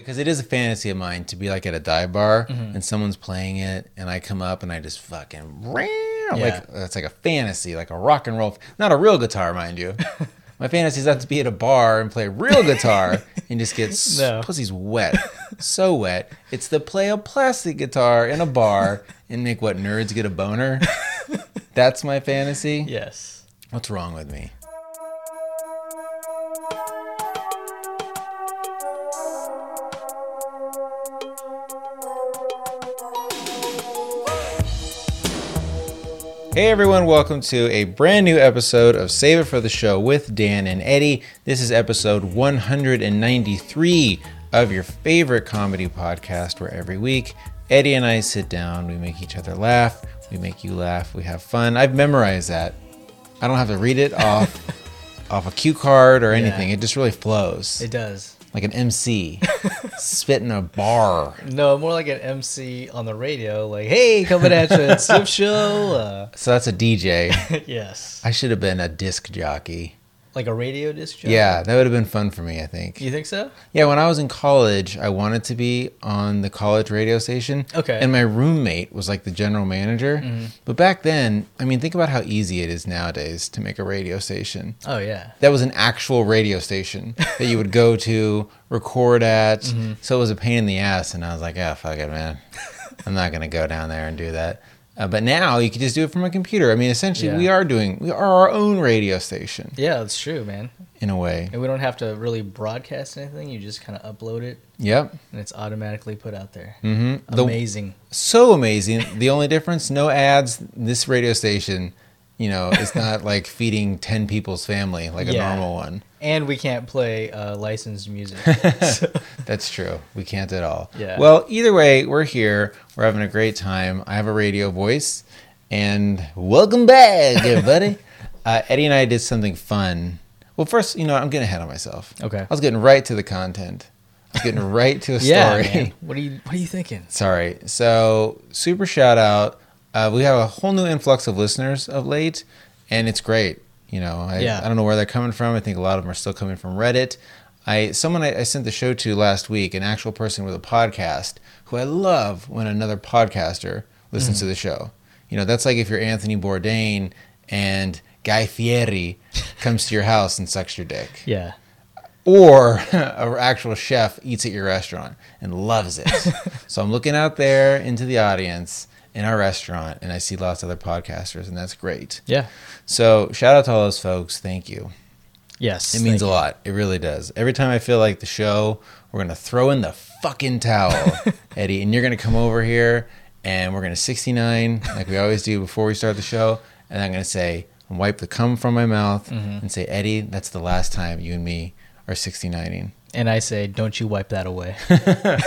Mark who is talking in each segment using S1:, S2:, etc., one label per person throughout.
S1: Because it is a fantasy of mine to be like at a dive bar
S2: Mm-hmm.
S1: and someone's playing it, and I come up and I just fucking ram.
S2: Yeah.
S1: Like that's like a fantasy, like a rock and roll, not a real guitar, mind you. My fantasy is not to be at a bar and play real guitar and just get s-
S2: No.
S1: pussy's wet, so wet. It's to play a plastic guitar in a bar and make what nerds get a boner. That's my fantasy.
S2: Yes.
S1: What's wrong with me? Hey everyone, welcome to a brand new episode of Save It for the Show with Dan and Eddie. This is episode 193 of your favorite comedy podcast where every week Eddie and I sit down, we make each other laugh, we make you laugh, we have fun. I've memorized that. I don't have to read it off off a cue card or anything. It just really flows.
S2: It does.
S1: like an MC spitting a bar.
S2: No, more like an MC on the radio, like, hey, coming at you, it's Sip Show.
S1: So that's a DJ.
S2: Uh, yes.
S1: I should have been a disc jockey.
S2: Like a radio disc jockey?
S1: Yeah, that would have been fun for me, I think.
S2: You think so?
S1: Yeah, when I was in college, I wanted to be on the college radio station.
S2: Okay. Mm-hmm.
S1: And my roommate was like the general manager. But back then, I mean, think about how easy it is nowadays to make a radio station.
S2: Oh, yeah.
S1: That was an actual radio station that you would go to, record at.
S2: Mm-hmm.
S1: So it was a pain in the ass. And I was like, oh, fuck it, man. I'm not going to go down there and do that. Uh, but now you can just do it from a computer. I mean, essentially,
S2: Yeah.
S1: we are doing, we are our own radio station
S2: Yeah, that's true, man.
S1: in a way.
S2: And we don't have to really broadcast anything. You just kind of upload it
S1: Yep.
S2: and it's automatically put out there.
S1: Mm-hmm. The,
S2: Amazing.
S1: so amazing. The only difference, no ads. This radio station, you know, it's not like feeding 10 people's family like a
S2: Yeah.
S1: normal one.
S2: And we can't play uh, licensed music.
S1: That's true. We can't at all.
S2: Yeah.
S1: Well, either way, we're here. We're having a great time. I have a radio voice, and welcome back, everybody. uh, Eddie and I did something fun. Well, first, you know, I'm getting ahead of myself.
S2: Okay.
S1: I was getting right to the content. I was getting right to a
S2: yeah.
S1: story.
S2: man. What are you What are you thinking?
S1: Sorry. So super shout out. Uh, we have a whole new influx of listeners of late, and it's great. You know, I,
S2: Yeah.
S1: I don't know where they're coming from. I think a lot of them are still coming from Reddit. I someone I, I sent the show to last week, an actual person with a podcast who I love when another podcaster listens to the show. You know, that's like if you're Anthony Bourdain and Guy Fieri comes to your house and sucks your dick
S2: Yeah.
S1: or an actual chef eats at your restaurant and loves it. so I'm looking out there into the audience in our restaurant, and I see lots of other podcasters, and that's great.
S2: Yeah.
S1: So shout out to all those folks. Thank you.
S2: Yes.
S1: It means
S2: thank-
S1: a lot. It really does. Every time I feel like the show, we're gonna throw in the fucking towel, Eddie, and you're gonna come over here, and we're gonna 69 like we always do before we start the show, and I'm gonna say, wipe the cum from my mouth, and say, Eddie, that's the last time you and me are 69ing.
S2: And I say, don't you wipe that away.
S1: You know,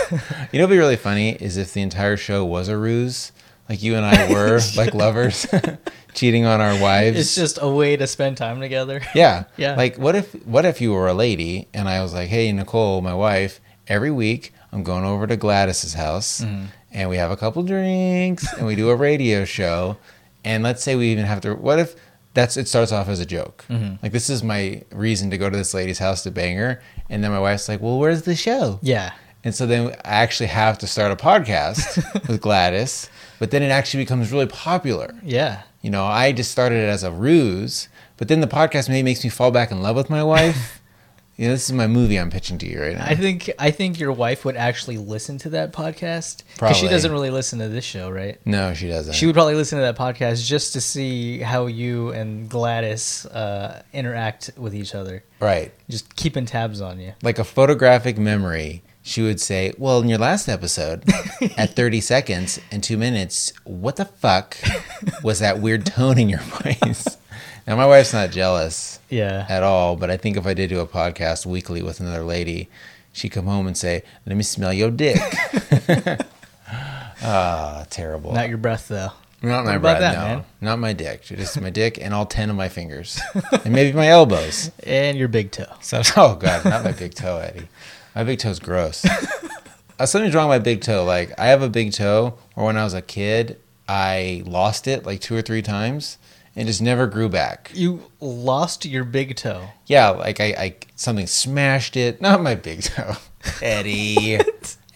S1: what'd be really funny is if the entire show was a ruse, like you and I were, like lovers, cheating on our wives.
S2: it's just a way to spend time together.
S1: yeah,
S2: Yeah.
S1: Like, what if, what if you were a lady and I was like, hey, Nicole, my wife, every week I'm going over to Gladys's house
S2: Mm-hmm.
S1: and we have a couple drinks and we do a radio show, and let's say we even have to. What if that's it starts off as a joke?
S2: Mm-hmm.
S1: Like, this is my reason to go to this lady's house to bang her, and then my wife's like, well, where's the show?
S2: Yeah.
S1: And so then I actually have to start a podcast with Gladys, but then it actually becomes really popular.
S2: Yeah.
S1: You know, I just started it as a ruse, but then the podcast maybe makes me fall back in love with my wife. you know, this is my movie I'm pitching to you right now.
S2: I think I think your wife would actually listen to that podcast because she
S1: Probably.
S2: doesn't really listen to this show, right?
S1: no, she doesn't.
S2: She would probably listen to that podcast just to see how you and Gladys uh, interact with each other,
S1: right.
S2: just keeping tabs on you.
S1: Like a photographic memory, she would say, Well, in your last episode, at 30 seconds and two minutes, what the fuck was that weird tone in your voice? now, my wife's not jealous.
S2: Yeah,
S1: at all. But I think if I did do a podcast weekly with another lady, she'd come home and say, "Let me smell your dick." Ah, terrible.
S2: not your breath though.
S1: Not my breath,
S2: about that,
S1: no,
S2: man?
S1: not my dick. Just my dick and all ten of my fingers, and maybe my elbows.
S2: And your big toe.
S1: So, oh god, not my big toe, Eddie. My big toe's gross. Uh, something's wrong with my big toe. Like I have a big toe, or when I was a kid, I lost it like two or three times, and just never grew back.
S2: You lost your big toe.
S1: Yeah, like I, I something smashed it. Not my big toe. Eddie.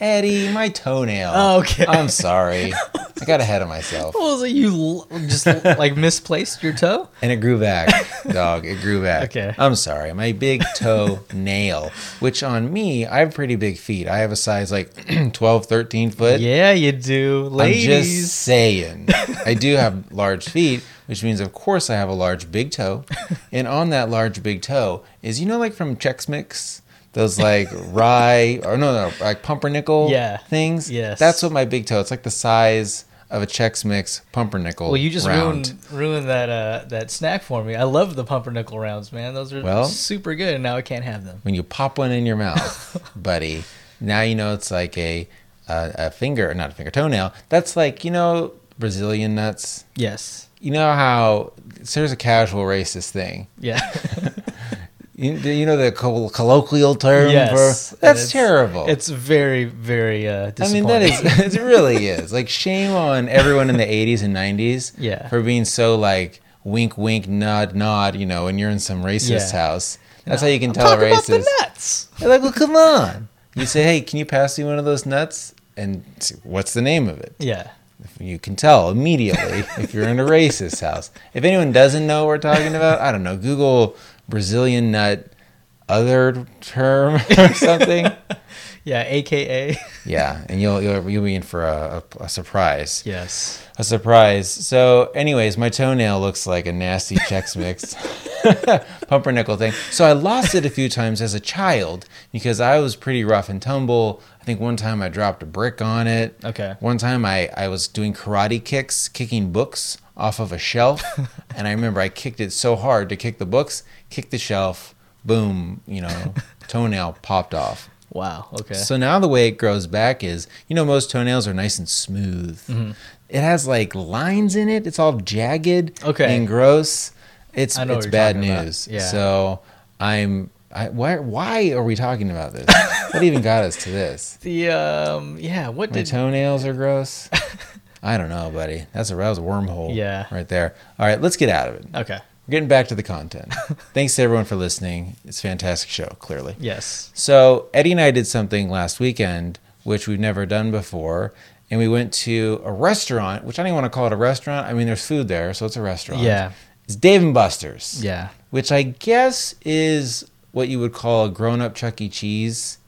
S1: Eddie, my toenail.
S2: Oh, okay.
S1: I'm sorry. I got ahead of myself.
S2: What was it? You l- just like misplaced your toe?
S1: And it grew back, dog. It grew back.
S2: Okay.
S1: I'm sorry. My big toe nail, which on me, I have pretty big feet. I have a size like 12, 13 foot.
S2: Yeah, you do,
S1: I'm
S2: ladies.
S1: just saying. I do have large feet, which means, of course, I have a large big toe. And on that large big toe is, you know, like from Chex Mix, those like rye or no, no, like pumpernickel
S2: Yeah.
S1: things.
S2: Yes.
S1: That's what my big toe. It's like the size of a Chex Mix pumpernickel.
S2: Well, you just
S1: round.
S2: ruined ruined that uh, that snack for me. I love the pumpernickel rounds, man. Those are
S1: Well-
S2: super good, and now I can't have them.
S1: when you pop one in your mouth, buddy. Now you know it's like a a, a finger, not a finger toenail. That's like you know Brazilian nuts.
S2: Yes.
S1: You know how so there's a casual racist thing.
S2: Yeah.
S1: You, you know the col- colloquial term
S2: yes.
S1: for
S2: And
S1: that's
S2: it's-
S1: terrible.
S2: It's very, very uh,
S1: I mean
S2: disappointing.
S1: that is it really is like shame on everyone in the 80s and 90s
S2: Yeah.
S1: for being so like wink wink nod nod you know when you're in some racist
S2: Yeah.
S1: house. That's how you can tell
S2: Talk
S1: a
S2: about
S1: racist.
S2: the nuts.
S1: They're like, well, come on. You say, hey, can you pass me one of those nuts? And see, what's the name of it?
S2: Yeah.
S1: You can tell immediately if you're in a racist house. If anyone doesn't know what we're talking about, I don't know. Google Brazilian nut other term or something.
S2: Yeah. AKA.
S1: yeah, and you'll you'll, you'll be in for a, a, a surprise.
S2: yes.
S1: A surprise. So, anyways, my toenail looks like a nasty Chex Mix pumpernickel thing. So I lost it a few times as a child because I was pretty rough and tumble. I think one time I dropped a brick on it.
S2: Okay.
S1: One time I, I was doing karate kicks, kicking books off of a shelf. and I remember I kicked it so hard to kick the books, kicked the shelf, boom, you know, toenail popped off.
S2: Wow. Okay.
S1: So now the way it grows back is, you know, most toenails are nice and smooth.
S2: Mm-hmm.
S1: It has like lines in it. It's all jagged
S2: Okay.
S1: and gross. It's
S2: I know what
S1: it's
S2: you're
S1: bad
S2: talking about.
S1: news.
S2: Yeah.
S1: So I'm I, why why are we talking about this? what even got us to this?
S2: the um. Yeah. What
S1: My
S2: did?
S1: toenails are gross. I don't know, buddy. That's a that was a wormhole.
S2: Yeah.
S1: Right there. All right, let's get out of it.
S2: okay.
S1: We're getting back to the content. Thanks to everyone for listening. It's a fantastic show, clearly.
S2: Yes.
S1: So Eddie and I did something last weekend, which we've never done before, and we went to a restaurant, which I don't even want to call it a restaurant. I mean, there's food there, so it's a restaurant.
S2: Yeah.
S1: it's Dave and Buster's.
S2: Yeah.
S1: which I guess is what you would call a grown-up Chuck E. Cheese.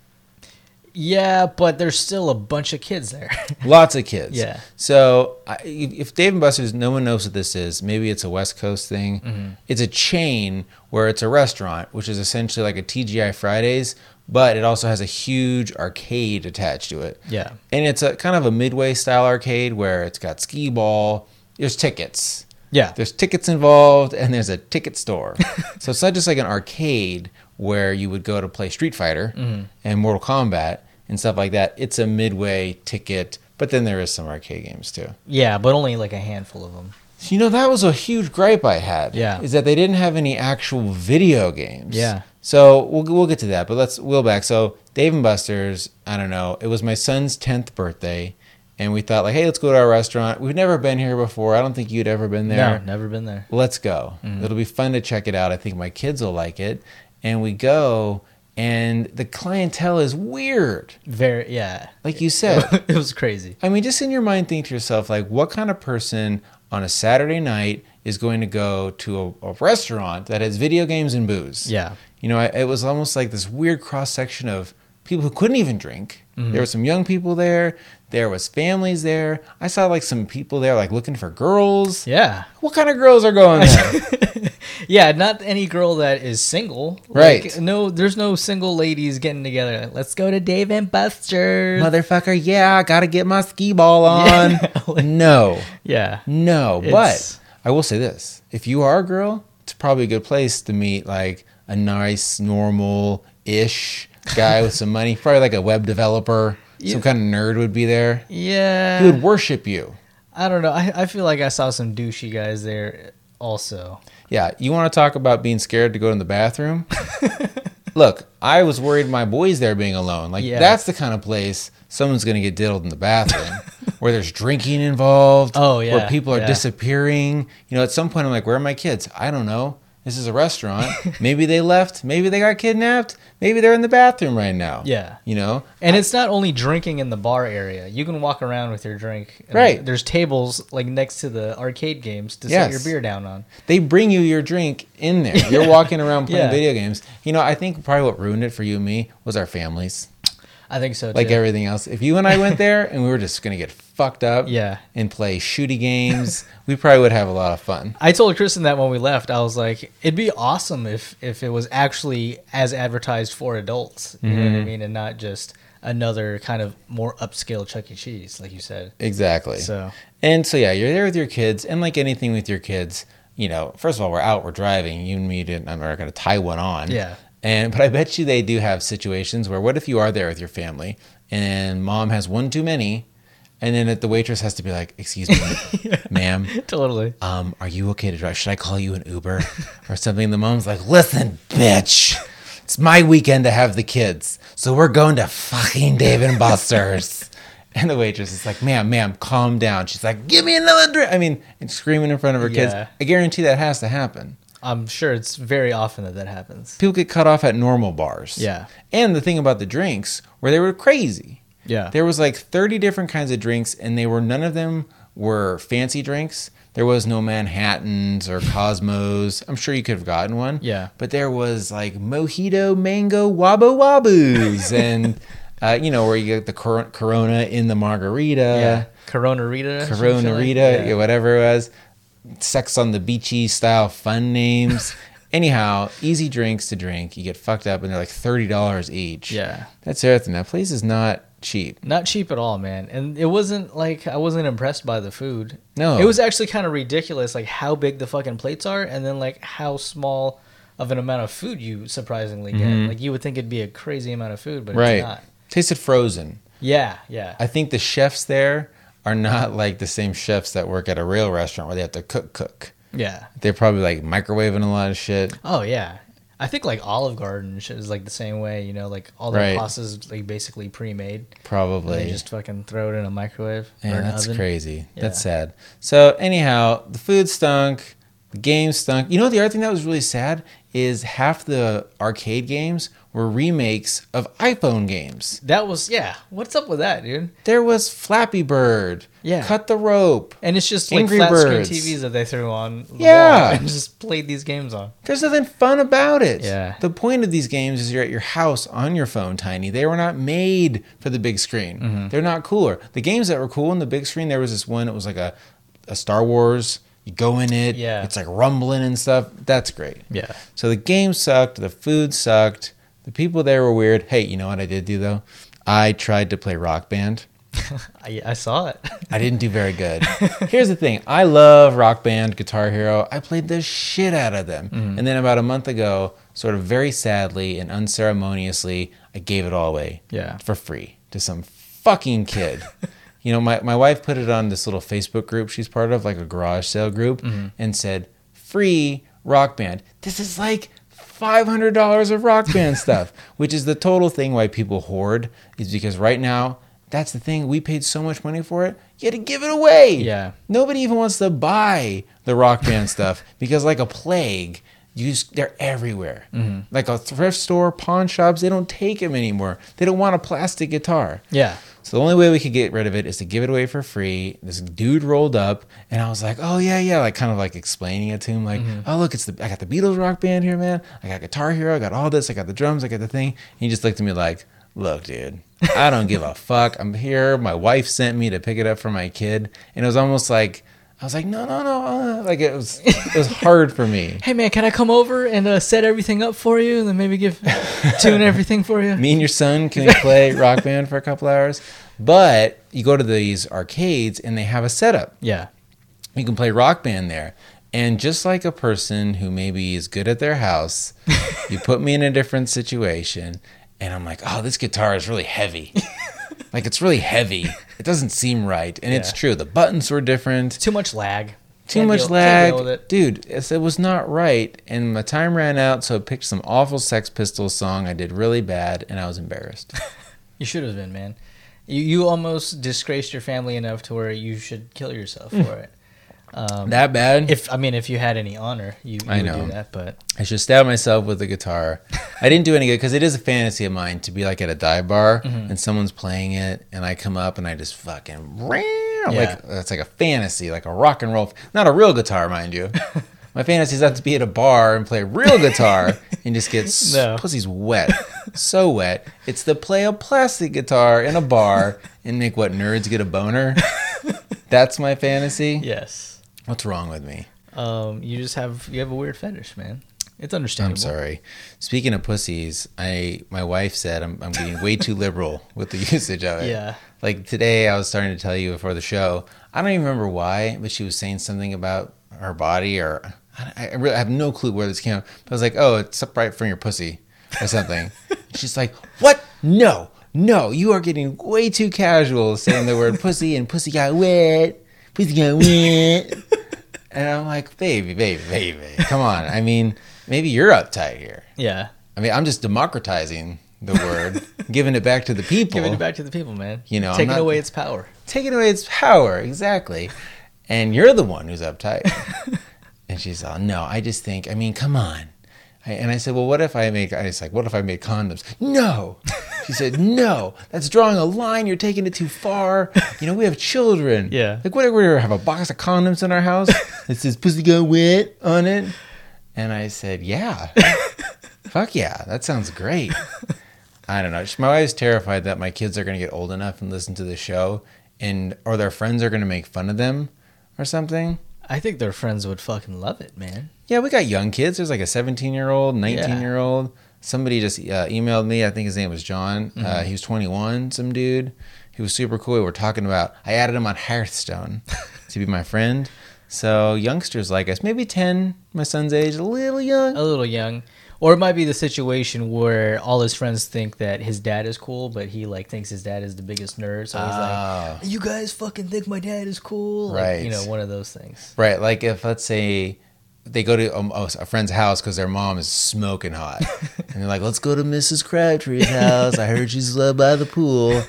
S2: Yeah, but there's still a bunch of kids there.
S1: Lots of kids.
S2: Yeah.
S1: So I, if Dave and Buster's, no one knows what this is. Maybe it's a West Coast thing.
S2: Mm-hmm.
S1: It's a chain where it's a restaurant, which is essentially like a TGI Fridays, but it also has a huge arcade attached to it.
S2: Yeah.
S1: And it's a kind of a midway style arcade where it's got skee ball. There's tickets.
S2: yeah.
S1: There's tickets involved, and there's a ticket store. so it's not just like an arcade where you would go to play Street Fighter
S2: Mm-hmm.
S1: and Mortal Kombat and stuff like that. It's a midway ticket, but then there is some arcade games too.
S2: Yeah, but only like a handful of them.
S1: You know, that was a huge gripe I had.
S2: Yeah.
S1: Is that they didn't have any actual video games.
S2: Yeah.
S1: So we'll, we'll get to that, but let's wheel back. So Dave and Buster's, I don't know, it was my son's 10th birthday. And we thought, like, hey, let's go to our restaurant. We've never been here before. I don't think you'd ever been there.
S2: No, never been there.
S1: Let's go.
S2: Mm-hmm.
S1: It'll be fun to check it out. I think my kids will like it. And we go, and the clientele is weird.
S2: Very yeah.
S1: Like you said,
S2: it was crazy.
S1: I mean, just in your mind, think to yourself, like, what kind of person on a Saturday night is going to go to a, a restaurant that has video games and booze?
S2: Yeah.
S1: You know, I, it was almost like this weird cross section of people who couldn't even drink.
S2: Mm-hmm.
S1: There were some young people there. There was families there. I saw like some people there, like looking for girls.
S2: Yeah.
S1: What kind of girls are going there?
S2: Yeah, not any girl that is single.
S1: Right.
S2: Like, no, there's no single ladies getting together. like, Let's go to Dave and Buster's.
S1: motherfucker, yeah, I gotta get my ski ball on. no,
S2: yeah.
S1: no.
S2: It's-
S1: but I will say this if you are a girl, it's probably a good place to meet like a nice, normal ish guy with some money, probably like a web developer. Some kind of nerd would be there. He
S2: Yeah.
S1: would worship you.
S2: I don't know. I, I feel like I saw some douchey guys there also.
S1: Yeah, you want to talk about being scared to go in the bathroom? Look, I was worried my boys there being alone. Like
S2: Yeah.
S1: that's the kind of place someone's going to get diddled in the bathroom, where there's drinking involved.
S2: Oh, yeah,
S1: where people are
S2: yeah.
S1: disappearing. You know, at some point I'm like, where are my kids? I don't know. This is a restaurant. maybe they left. Maybe they got kidnapped. Maybe they're in the bathroom right now.
S2: Yeah.
S1: You know?
S2: And it's not only drinking in the bar area. You can walk around with your drink. And
S1: Right.
S2: There's tables like next to the arcade games to set your
S1: Yes.
S2: beer down on.
S1: They bring you your drink in there. You're walking around playing
S2: Yeah.
S1: video games. You know, I think probably what ruined it for you and me was our families.
S2: I think so too.
S1: Like everything else. If you and I went there and we were just going to get fucked up
S2: Yeah.
S1: and play shooty games, we probably would have a lot of fun.
S2: I told Kristen that when we left, I was like, it'd be awesome if if it was actually as advertised for adults. You know what I mean? And not just another kind of more upscale Chuck E. Cheese, like you said.
S1: Exactly.
S2: So
S1: And so yeah, you're there with your kids, and like anything with your kids, you know, first of all, we're out, we're driving. You and me didn't. I'm not going to tie one on.
S2: Yeah.
S1: And but I bet you they do have situations where what if you are there with your family and mom has one too many, and then the waitress has to be like, "Excuse me, ma'am,
S2: totally.
S1: um, are you okay to drive? Should I call you an Uber or something? The mom's like, listen, bitch, it's my weekend to have the kids, so we're going to fucking Dave and Buster's. and the waitress is like, ma'am, ma'am, calm down. She's like, give me another drink. I mean, and screaming in front of her
S2: Yeah.
S1: kids. I guarantee that has to happen.
S2: I'm sure it's very often that that happens.
S1: People get cut off at normal bars.
S2: Yeah.
S1: And the thing about the drinks where they were crazy.
S2: Yeah.
S1: There was like 30 different kinds of drinks, and they were none of them were fancy drinks. There was no Manhattans or Cosmos. I'm sure you could have gotten one.
S2: Yeah.
S1: But there was like mojito, mango, wabo waboos, and uh, you know where you get the cor- Corona in the margarita,
S2: yeah. Corona Rita. something
S1: Corona
S2: like-
S1: Rita,
S2: Yeah.
S1: yeah, whatever it was. Sex on the beachy style fun names. Anyhow, easy drinks to drink. You get fucked up, and they're like thirty dollars each.
S2: Yeah.
S1: That's the other thing. That place is not cheap.
S2: Not cheap at all, man. And it wasn't like I wasn't impressed by the food.
S1: No.
S2: It was actually kind of ridiculous, like how big the fucking plates are and then like how small of an amount of food you surprisingly get. Like you would think it'd be a crazy amount of food, but
S1: Mm-hmm. right
S2: it's not.
S1: tasted frozen
S2: Yeah, yeah.
S1: i think the chefs there are not like the same chefs that work at a real restaurant where they have to cook cook
S2: yeah.
S1: they're probably like microwaving a lot of shit
S2: Oh yeah. I think like Olive Garden and shit is like the same way, you know, like all their
S1: Right.
S2: pasta's like basically pre made.
S1: probably
S2: They just fucking throw it in a microwave. or
S1: yeah
S2: an
S1: that's
S2: oven.
S1: crazy that's
S2: Yeah.
S1: sad so anyhow the food stunk the game stunk you know the other thing that was really sad is half the arcade games were remakes of iphone games
S2: That was yeah. What's up with that, dude?
S1: there was flappy bird
S2: Yeah.
S1: cut the rope
S2: And it's just like
S1: Angry
S2: flat
S1: Birds.
S2: screen TVs that they threw on the
S1: Yeah.
S2: wall and just played these games on.
S1: There's nothing fun about it.
S2: Yeah.
S1: The point of these games is you're at your house on your phone, Tiny. They were not made for the big screen.
S2: Mm-hmm.
S1: They're not cooler. The games that were cool on the big screen, there was this one. It was like a, a Star Wars. You go in it.
S2: Yeah.
S1: It's like rumbling and stuff. That's great.
S2: Yeah.
S1: So the game sucked. The food sucked. The people there were weird. Hey, you know what I did do though? I tried to play Rock Band.
S2: I, I saw it.
S1: I didn't do very good. Here's the thing I love Rock Band, Guitar Hero. I played the shit out of them. And then about a month ago, sort of very sadly and unceremoniously, I gave it all away
S2: Yeah.
S1: for free to some fucking kid. you know, my, my wife put it on this little Facebook group she's part of, like a garage sale group, and said, free Rock Band. This is like. $500 of rock band stuff, which is the total thing why people hoard, is because right now that's the thing. We paid so much money for it. You had to give it away.
S2: Yeah.
S1: Nobody even wants to buy the rock band stuff because, like a plague, you just, they're everywhere. Like a thrift store, pawn shops, they don't take them anymore. They don't want a plastic guitar.
S2: Yeah.
S1: So the only way we could get rid of it is to give it away for free. This dude rolled up, and I was like, "Oh yeah, yeah," like kind of like explaining it to him, like, "Oh look, it's the I got the Beatles rock band here, man. I got Guitar Hero, I got all this, I got the drums, I got the thing." And he just looked at me like, "Look, dude, I don't give a fuck. I'm here. My wife sent me to pick it up for my kid, and it was almost like." I was like, no, no, no, uh," like it was, it was hard for me.
S2: Hey man, can I come over and uh, set everything up for you and then maybe give tune everything for you?
S1: me and your son can we play rock band for a couple hours but you go to these arcades and they have a setup
S2: Yeah.
S1: you can play rock band there and just like a person who maybe is good at their house you put me in a different situation and i'm like oh this guitar is really heavy like it's really heavy it doesn't seem right and it's
S2: Yeah.
S1: true the buttons were different
S2: Too much lag.
S1: too
S2: Can't
S1: much
S2: deal- can't
S1: lag,
S2: deal with it.
S1: dude. It, it was not right, and my time ran out, so I picked some awful Sex Pistols song. I did really bad, and I was embarrassed.
S2: You should have been,
S1: Mm.
S2: man. You you almost disgraced your family enough to where you should kill yourself for it. Um,
S1: That bad?
S2: if I mean, if you had any honor, you, you
S1: I
S2: would
S1: know.
S2: do that. But
S1: I should stab myself with the guitar. I didn't do any good because it is a fantasy of mine to be like at a dive bar
S2: Mm-hmm.
S1: and someone's playing it and I come up and I just fucking ram.
S2: Yeah.
S1: Like that's like a fantasy, like a rock and roll, not a real guitar, mind you. My fantasy is not to be at a bar and play real guitar and just get s-
S2: No.
S1: pussy's wet, so wet. It's to play a plastic guitar in a bar and make what nerds get a boner. That's my fantasy.
S2: yes,
S1: What's wrong with me?
S2: um, you just have you have a weird fetish, man. It's understandable.
S1: I'm sorry. Speaking of pussies, I my wife said I'm I'm getting way too liberal with the usage of it.
S2: Yeah.
S1: Like today, I was starting to tell you before the show. I don't even remember why, but she was saying something about her body, or I, I really I have no clue where this came. From. But I was like, oh, it's up right from your pussy, or something. She's like, what? No, no, you are getting way too casual saying the word pussy and pussy got wet. Pussy got wet. And I'm like, baby, baby, baby, come on. I mean, maybe you're uptight here.
S2: Yeah,
S1: I mean, I'm just democratizing the word, giving it back to the people,
S2: giving it back to the people, man.
S1: You know, I'm
S2: taking
S1: not-
S2: away its power.
S1: taking away its power. Exactly. And you're the one who's uptight. and she's all, no, I just think, I mean, come on. I, and I said, well, what if I make, I was like, what if I made condoms? No. She said, no, that's drawing a line. You're taking it too far. You know, we have children.
S2: Yeah.
S1: Like, what if we have a box of condoms in our house that says pussy got wet on it? And I said, yeah. Fuck yeah. That sounds great. I don't know. Just- My wife's terrified that my kids are going to get old enough and listen to the show and, or their friends are going to make fun of them or something.
S2: I think their friends would fucking love it, man.
S1: Yeah, we got young kids. There's like a 17 year old, 19
S2: Yeah.
S1: year old. Somebody just uh, emailed me. I think his name was John. Uh, he was 21, some dude. He was super cool. We were talking about, I added him on Hearthstone to be my friend. So youngsters like us, maybe 10, my son's age, a little young.
S2: A little young, or it might be the situation where all his friends think that his dad is cool, but he like thinks his dad is the biggest nerd. So he's
S1: Ah.
S2: like, "You guys fucking think my dad is cool?" Like,
S1: Right.
S2: You know, one of those things.
S1: Right. Like if, let's say, they go to um, oh, a friend's house because their mom is smoking hot. and they're like, let's go to Mrs. Crabtree's house. I heard she's loved by the pool.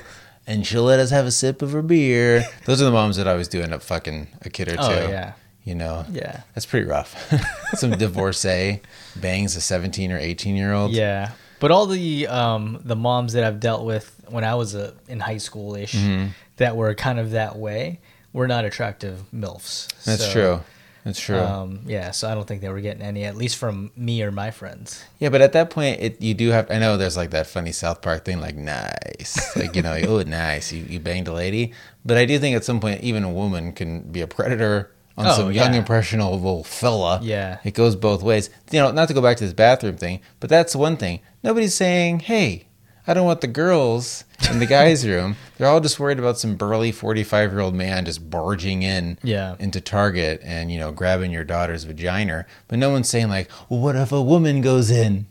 S1: And she'll let us have a sip of her beer. Those are the moms that always do end up fucking a kid or two.
S2: Oh, yeah.
S1: You know?
S2: Yeah.
S1: That's pretty rough. Some divorcee bangs a 17 or 18 year old.
S2: Yeah, but all the um, the moms that I've dealt with when I was uh, in high school ish
S1: Mm-hmm.
S2: that were kind of that way were not attractive milfs.
S1: That's
S2: So,
S1: true. That's true.
S2: Um, yeah, so I don't think they were getting any, at least from me or my friends.
S1: Yeah, but at that point, it, you do have. I know there's like that funny South Park thing, like nice, like you know, oh nice, you, you banged a lady. But I do think at some point, even a woman can be a predator on
S2: Oh,
S1: some young
S2: yeah.
S1: impressionable fella.
S2: Yeah.
S1: it goes both ways. You know, not to go back to this bathroom thing, but that's one thing. Nobody's saying, hey, I don't want the girls in the guys' room. They're all just worried about some burly forty-five-year-old man just barging in
S2: Yeah.
S1: into Target and you know grabbing your daughter's vagina, but no one's saying like, well, what if a woman goes in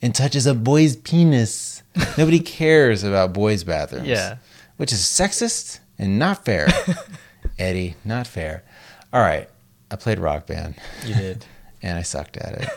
S1: and touches a boy's penis? Nobody cares about boys' bathrooms.
S2: Yeah.
S1: which is sexist and not fair, Eddie. Not fair. All right, I played rock band
S2: You did.
S1: and I sucked at it,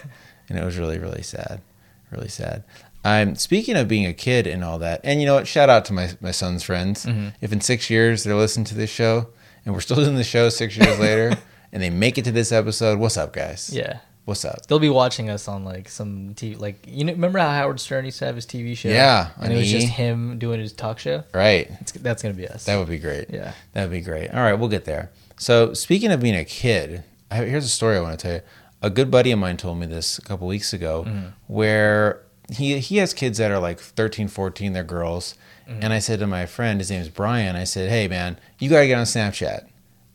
S1: and it was really really sad, really sad. I'm speaking of being a kid and all that, and you know what? Shout out to my my son's friends. If in six years they're listening to this show and we're still doing the show six years later, and they make it to this episode, what's up, guys?
S2: yeah.
S1: what's up?
S2: They'll be watching us on like some TV, like you know, remember how Howard Stern used to have his TV show?
S1: Yeah,
S2: and
S1: on
S2: it was
S1: E!
S2: just him doing his talk show.
S1: Right,
S2: It's, that's gonna be us.
S1: that would be great.
S2: yeah,
S1: That'd be great. All right, we'll get there. So, speaking of being a kid, I, here's a story I want to tell you. A good buddy of mine told me this a couple weeks ago where he he has kids that are like 13, 14, they're girls. And I said to my friend, his name is Brian, I said, "Hey man, you got to get on Snapchat."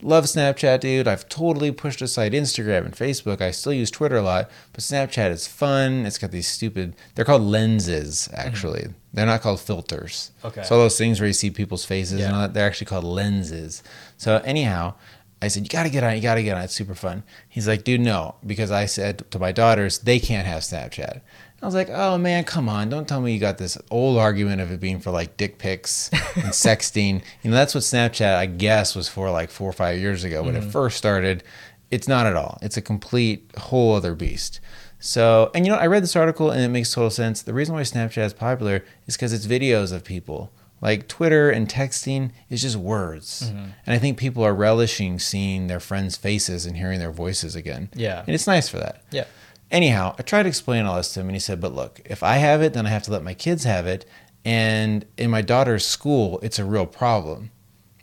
S1: Love Snapchat, dude. I've totally pushed aside Instagram and Facebook. I still use Twitter a lot, but Snapchat is fun. It's got these stupid, they're called lenses, actually. They're not called filters.
S2: Okay.
S1: So, all those things where you see people's faces and
S2: Yeah.
S1: all that, they're actually called lenses. So, anyhow, I said, You got to get on, it, you got to get on. it. It's super fun. He's like, Dude, no, because I said to my daughters, they can't have Snapchat. I was like, Oh man, come on. Don't tell me you got this old argument of it being for like dick pics and sexting. You know, that's what Snapchat, I guess, was for like four or five years ago when it first started. It's not at all. It's a complete whole other beast. So, and you know, I read this article and it makes total sense. The reason why Snapchat is popular is because it's videos of people Like Twitter and texting is just words. And I think people are relishing seeing their friends' faces and hearing their voices again.
S2: Yeah.
S1: And it's nice for that.
S2: Yeah.
S1: Anyhow, I tried to explain all this to him, and he said, But look, if I have it, then I have to let my kids have it. And in my daughter's school, it's a real problem.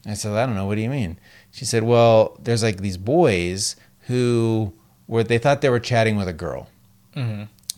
S1: I said, I don't know. What do you mean? She said, Well, there's like these boys who were, they thought they were chatting with a girl.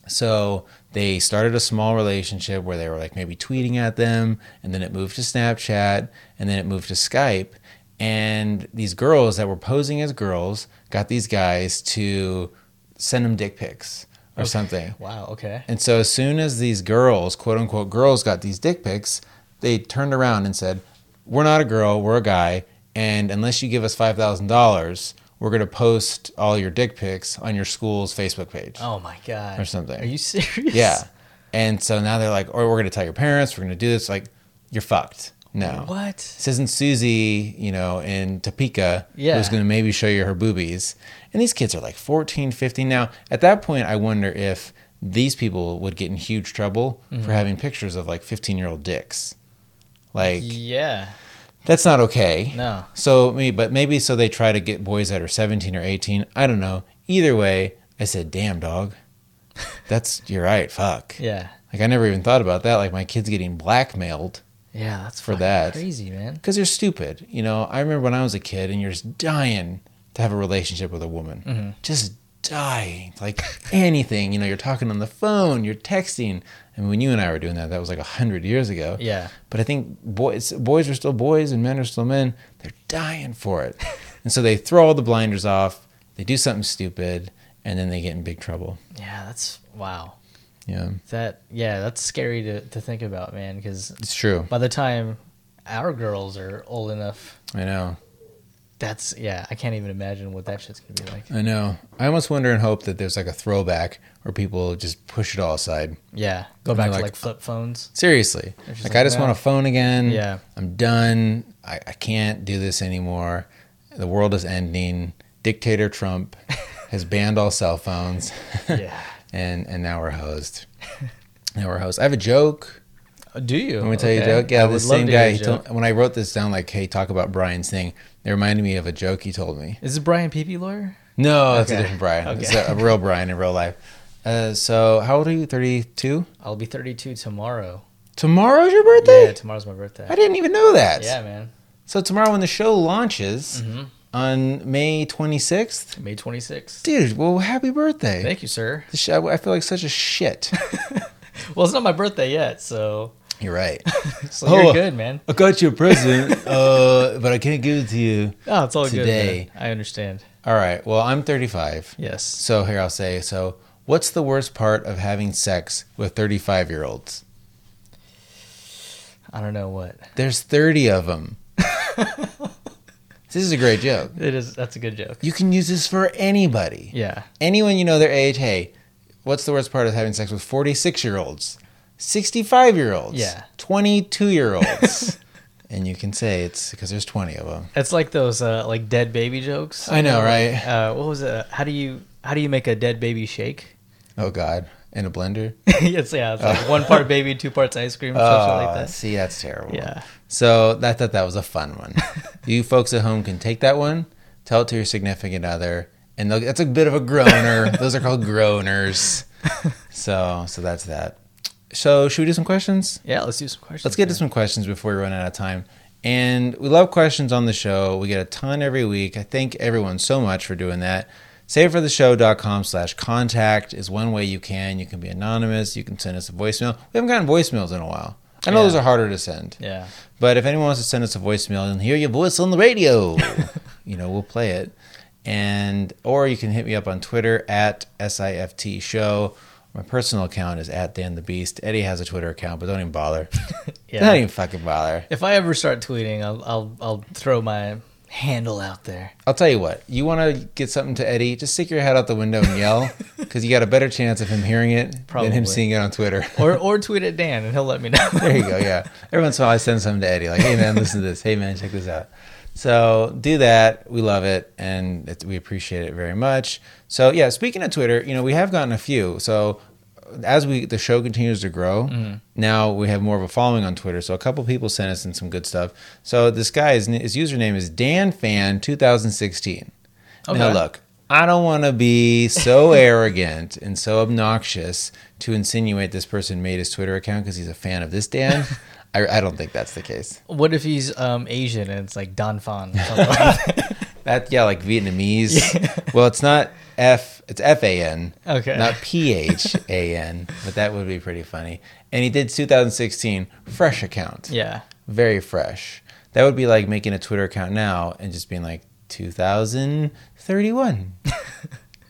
S1: So they started a small relationship where they were like maybe tweeting at them, and then it moved to Snapchat, and then it moved to Skype. And these girls that were posing as girls got these guys to send them dick pics or something.
S2: Wow. Okay.
S1: And so as soon as these girls, quote unquote girls, got these dick pics, they turned around and said, "We're not a girl, we're a guy, and unless you give us five thousand dollars, we're going to post all your dick pics on your school's Facebook page."
S2: Oh my god.
S1: Or something.
S2: Are you serious?
S1: Yeah. And so now they're like, or we're going to tell your parents, we're going to do this. Like, you're fucked. No.
S2: What?
S1: This isn't Susie, you know, in Topeka,
S2: Yeah.
S1: who's going to maybe show you her boobies. And these kids are like 14, 15. Now, at that point, I wonder if these people would get in huge trouble
S2: Mm-hmm.
S1: for having pictures of like 15 year old dicks. Like,
S2: Yeah.
S1: that's not okay.
S2: No.
S1: So me, but maybe so they try to get boys that are 17 or 18. I don't know. Either way, I said, damn, dog. That's, you're right. Fuck.
S2: Yeah.
S1: Like I never even thought about that. Like my kids getting blackmailed
S2: Yeah. That's
S1: For
S2: fucking
S1: that.
S2: crazy, man.
S1: because they're stupid. You know, I remember when I was a kid, and you're just dying to have a relationship with a woman, just dying, like anything. You know, you're talking on the phone, you're texting. I mean, when you and I were doing that, that was like a hundred years ago.
S2: Yeah.
S1: But I think boys boys are still boys and men are still men. They're dying for it, and so they throw all the blinders off. They do something stupid, and then they get in big trouble.
S2: Yeah. That's wow.
S1: Yeah,
S2: That yeah. That's scary to to think about, man. Because
S1: it's true.
S2: by the time our girls are old enough,
S1: I know.
S2: that's yeah. I can't even imagine what that shit's gonna be like.
S1: I know. I almost wonder and hope that there's like a throwback where people just push it all aside.
S2: Yeah. Go
S1: And they're
S2: back to
S1: like-
S2: like flip phones.
S1: Seriously. Like,
S2: just
S1: I
S2: like,
S1: just want
S2: "Well."
S1: a phone again.
S2: Yeah.
S1: I'm done. I, I can't do this anymore. The world is ending. Dictator Trump has banned all cell phones.
S2: Yeah.
S1: and and now we're hosed. Now we're hosed. I have a joke.
S2: Oh, Do you?
S1: Let me tell you
S2: Okay.
S1: a joke. Yeah,
S2: I
S1: the
S2: would love
S1: same
S2: to hear
S1: guy.
S2: a
S1: He
S2: joke.
S1: told, when I wrote this down, like, hey, talk about Brian's thing. It reminded me of a joke he told me.
S2: Is it Brian Peepy lawyer?
S1: No, that's a
S2: Okay.
S1: different Brian.
S2: Okay.
S1: It's a, a real Brian in real life. Uh, so, how old are you? 32?
S2: I'll be 32 tomorrow.
S1: Tomorrow's your birthday?
S2: Yeah, tomorrow's my birthday.
S1: I didn't even know that.
S2: Yeah, man.
S1: So, tomorrow when the show launches on May 26th,
S2: May 26th.
S1: dude, well, happy birthday.
S2: Thank you, sir.
S1: The sh- I feel like such a shit.
S2: Well, it's not my birthday yet, so
S1: You're right.
S2: so
S1: Oh.
S2: you're good, man.
S1: I got you a present, uh, but I can't give it to you.
S2: Oh, it's all
S1: Today.
S2: good. man. I understand.
S1: All right. Well, I'm 35.
S2: Yes.
S1: So, here I'll say so. What's the worst part of having sex with 35 year olds?
S2: I don't know what.
S1: There's 30 of them. this is a great joke.
S2: It is that's a good joke.
S1: You can use this for anybody.
S2: Yeah.
S1: Anyone you know their age, hey, what's the worst part of having sex with 46 year olds, 65 year olds,
S2: Yeah.
S1: 22 year olds? and you can say it's because there's 20 of them.
S2: It's like those uh like dead baby jokes.
S1: I know, right?
S2: Uh what was it? How do you how do you make a dead baby shake?
S1: Oh, God. In a blender?
S2: it's yeah, it's like one part baby, two parts ice cream, something like
S1: Oh,
S2: that.
S1: see, that's terrible.
S2: Yeah.
S1: So I thought that was a fun one. you folks at home can take that one, tell it to your significant other, and they'll, that's a bit of a groaner. Those are called groaners. So, so that's that. So, should we do some questions?
S2: Yeah, let's do some questions.
S1: Let's get to
S2: man.
S1: some questions before we run out of time. And we love questions on the show. We get a ton every week. I thank everyone so much for doing that. Savefortheshow.com slash contact is one way you can. You can be anonymous. You can send us a voicemail. We haven't gotten voicemails in a while. I know
S2: Yeah.
S1: those are harder to send.
S2: Yeah.
S1: But if anyone wants to send us a voicemail and hear your voice on the radio, you know, we'll play it. And or you can hit me up on Twitter at SIFT show. My personal account is at Dan the Beast. Eddie has a Twitter account, but don't even bother.
S2: Yeah.
S1: Don't even fucking bother.
S2: If I ever start tweeting, I'll I'll, I'll throw my handle out there.
S1: I'll tell you what. You want to get something to Eddie? Just stick your head out the window and yell, because you got a better chance of him hearing it than him
S2: Probably.
S1: seeing it on Twitter.
S2: Or or tweet at Dan and he'll let me know.
S1: there you go. Yeah. Every once in a while, I send something to Eddie, like, "Hey man, listen to this. Hey man, check this out." So do that. We love it, and it, we appreciate it very much. So yeah, speaking of Twitter, you know, we have gotten a few. So as we the show continues to grow, now we have more of a following on Twitter. So a couple people sent us in some good stuff. So this guy is his username is DanFan2016. Now
S2: Okay.
S1: look, I don't want to be so arrogant and so obnoxious to insinuate this person made his Twitter account because he's a fan of this Dan. I, I don't think that's the case.
S2: What if he's um, Asian and it's like Don Fan? or something like that?
S1: That yeah, like Vietnamese. well, it's not F. It's F A N.
S2: Okay.
S1: Not P H A N. But that would be pretty funny. And he did 2016 fresh account.
S2: yeah.
S1: Very fresh. That would be like making a Twitter account now and just being like 2031.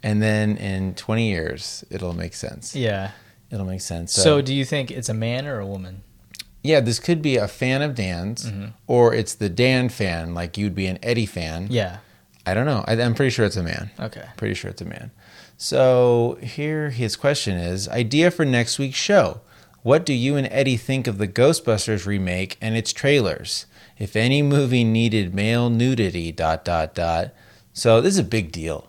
S1: and then in 20 years, it'll make sense.
S2: Yeah.
S1: It'll make sense.
S2: So, do you think it's a man or a woman?
S1: yeah, this could be a fan of Dan's,
S2: Mm-hmm.
S1: or it's the Dan fan, like you'd be an Eddie fan.
S2: Yeah.
S1: I don't know. I, I'm pretty sure it's a man.
S2: Okay.
S1: Pretty sure it's a man. So here his question is idea for next week's show. What do you and Eddie think of the Ghostbusters remake and its trailers? If any movie needed male nudity, dot dot dot. So this is a big deal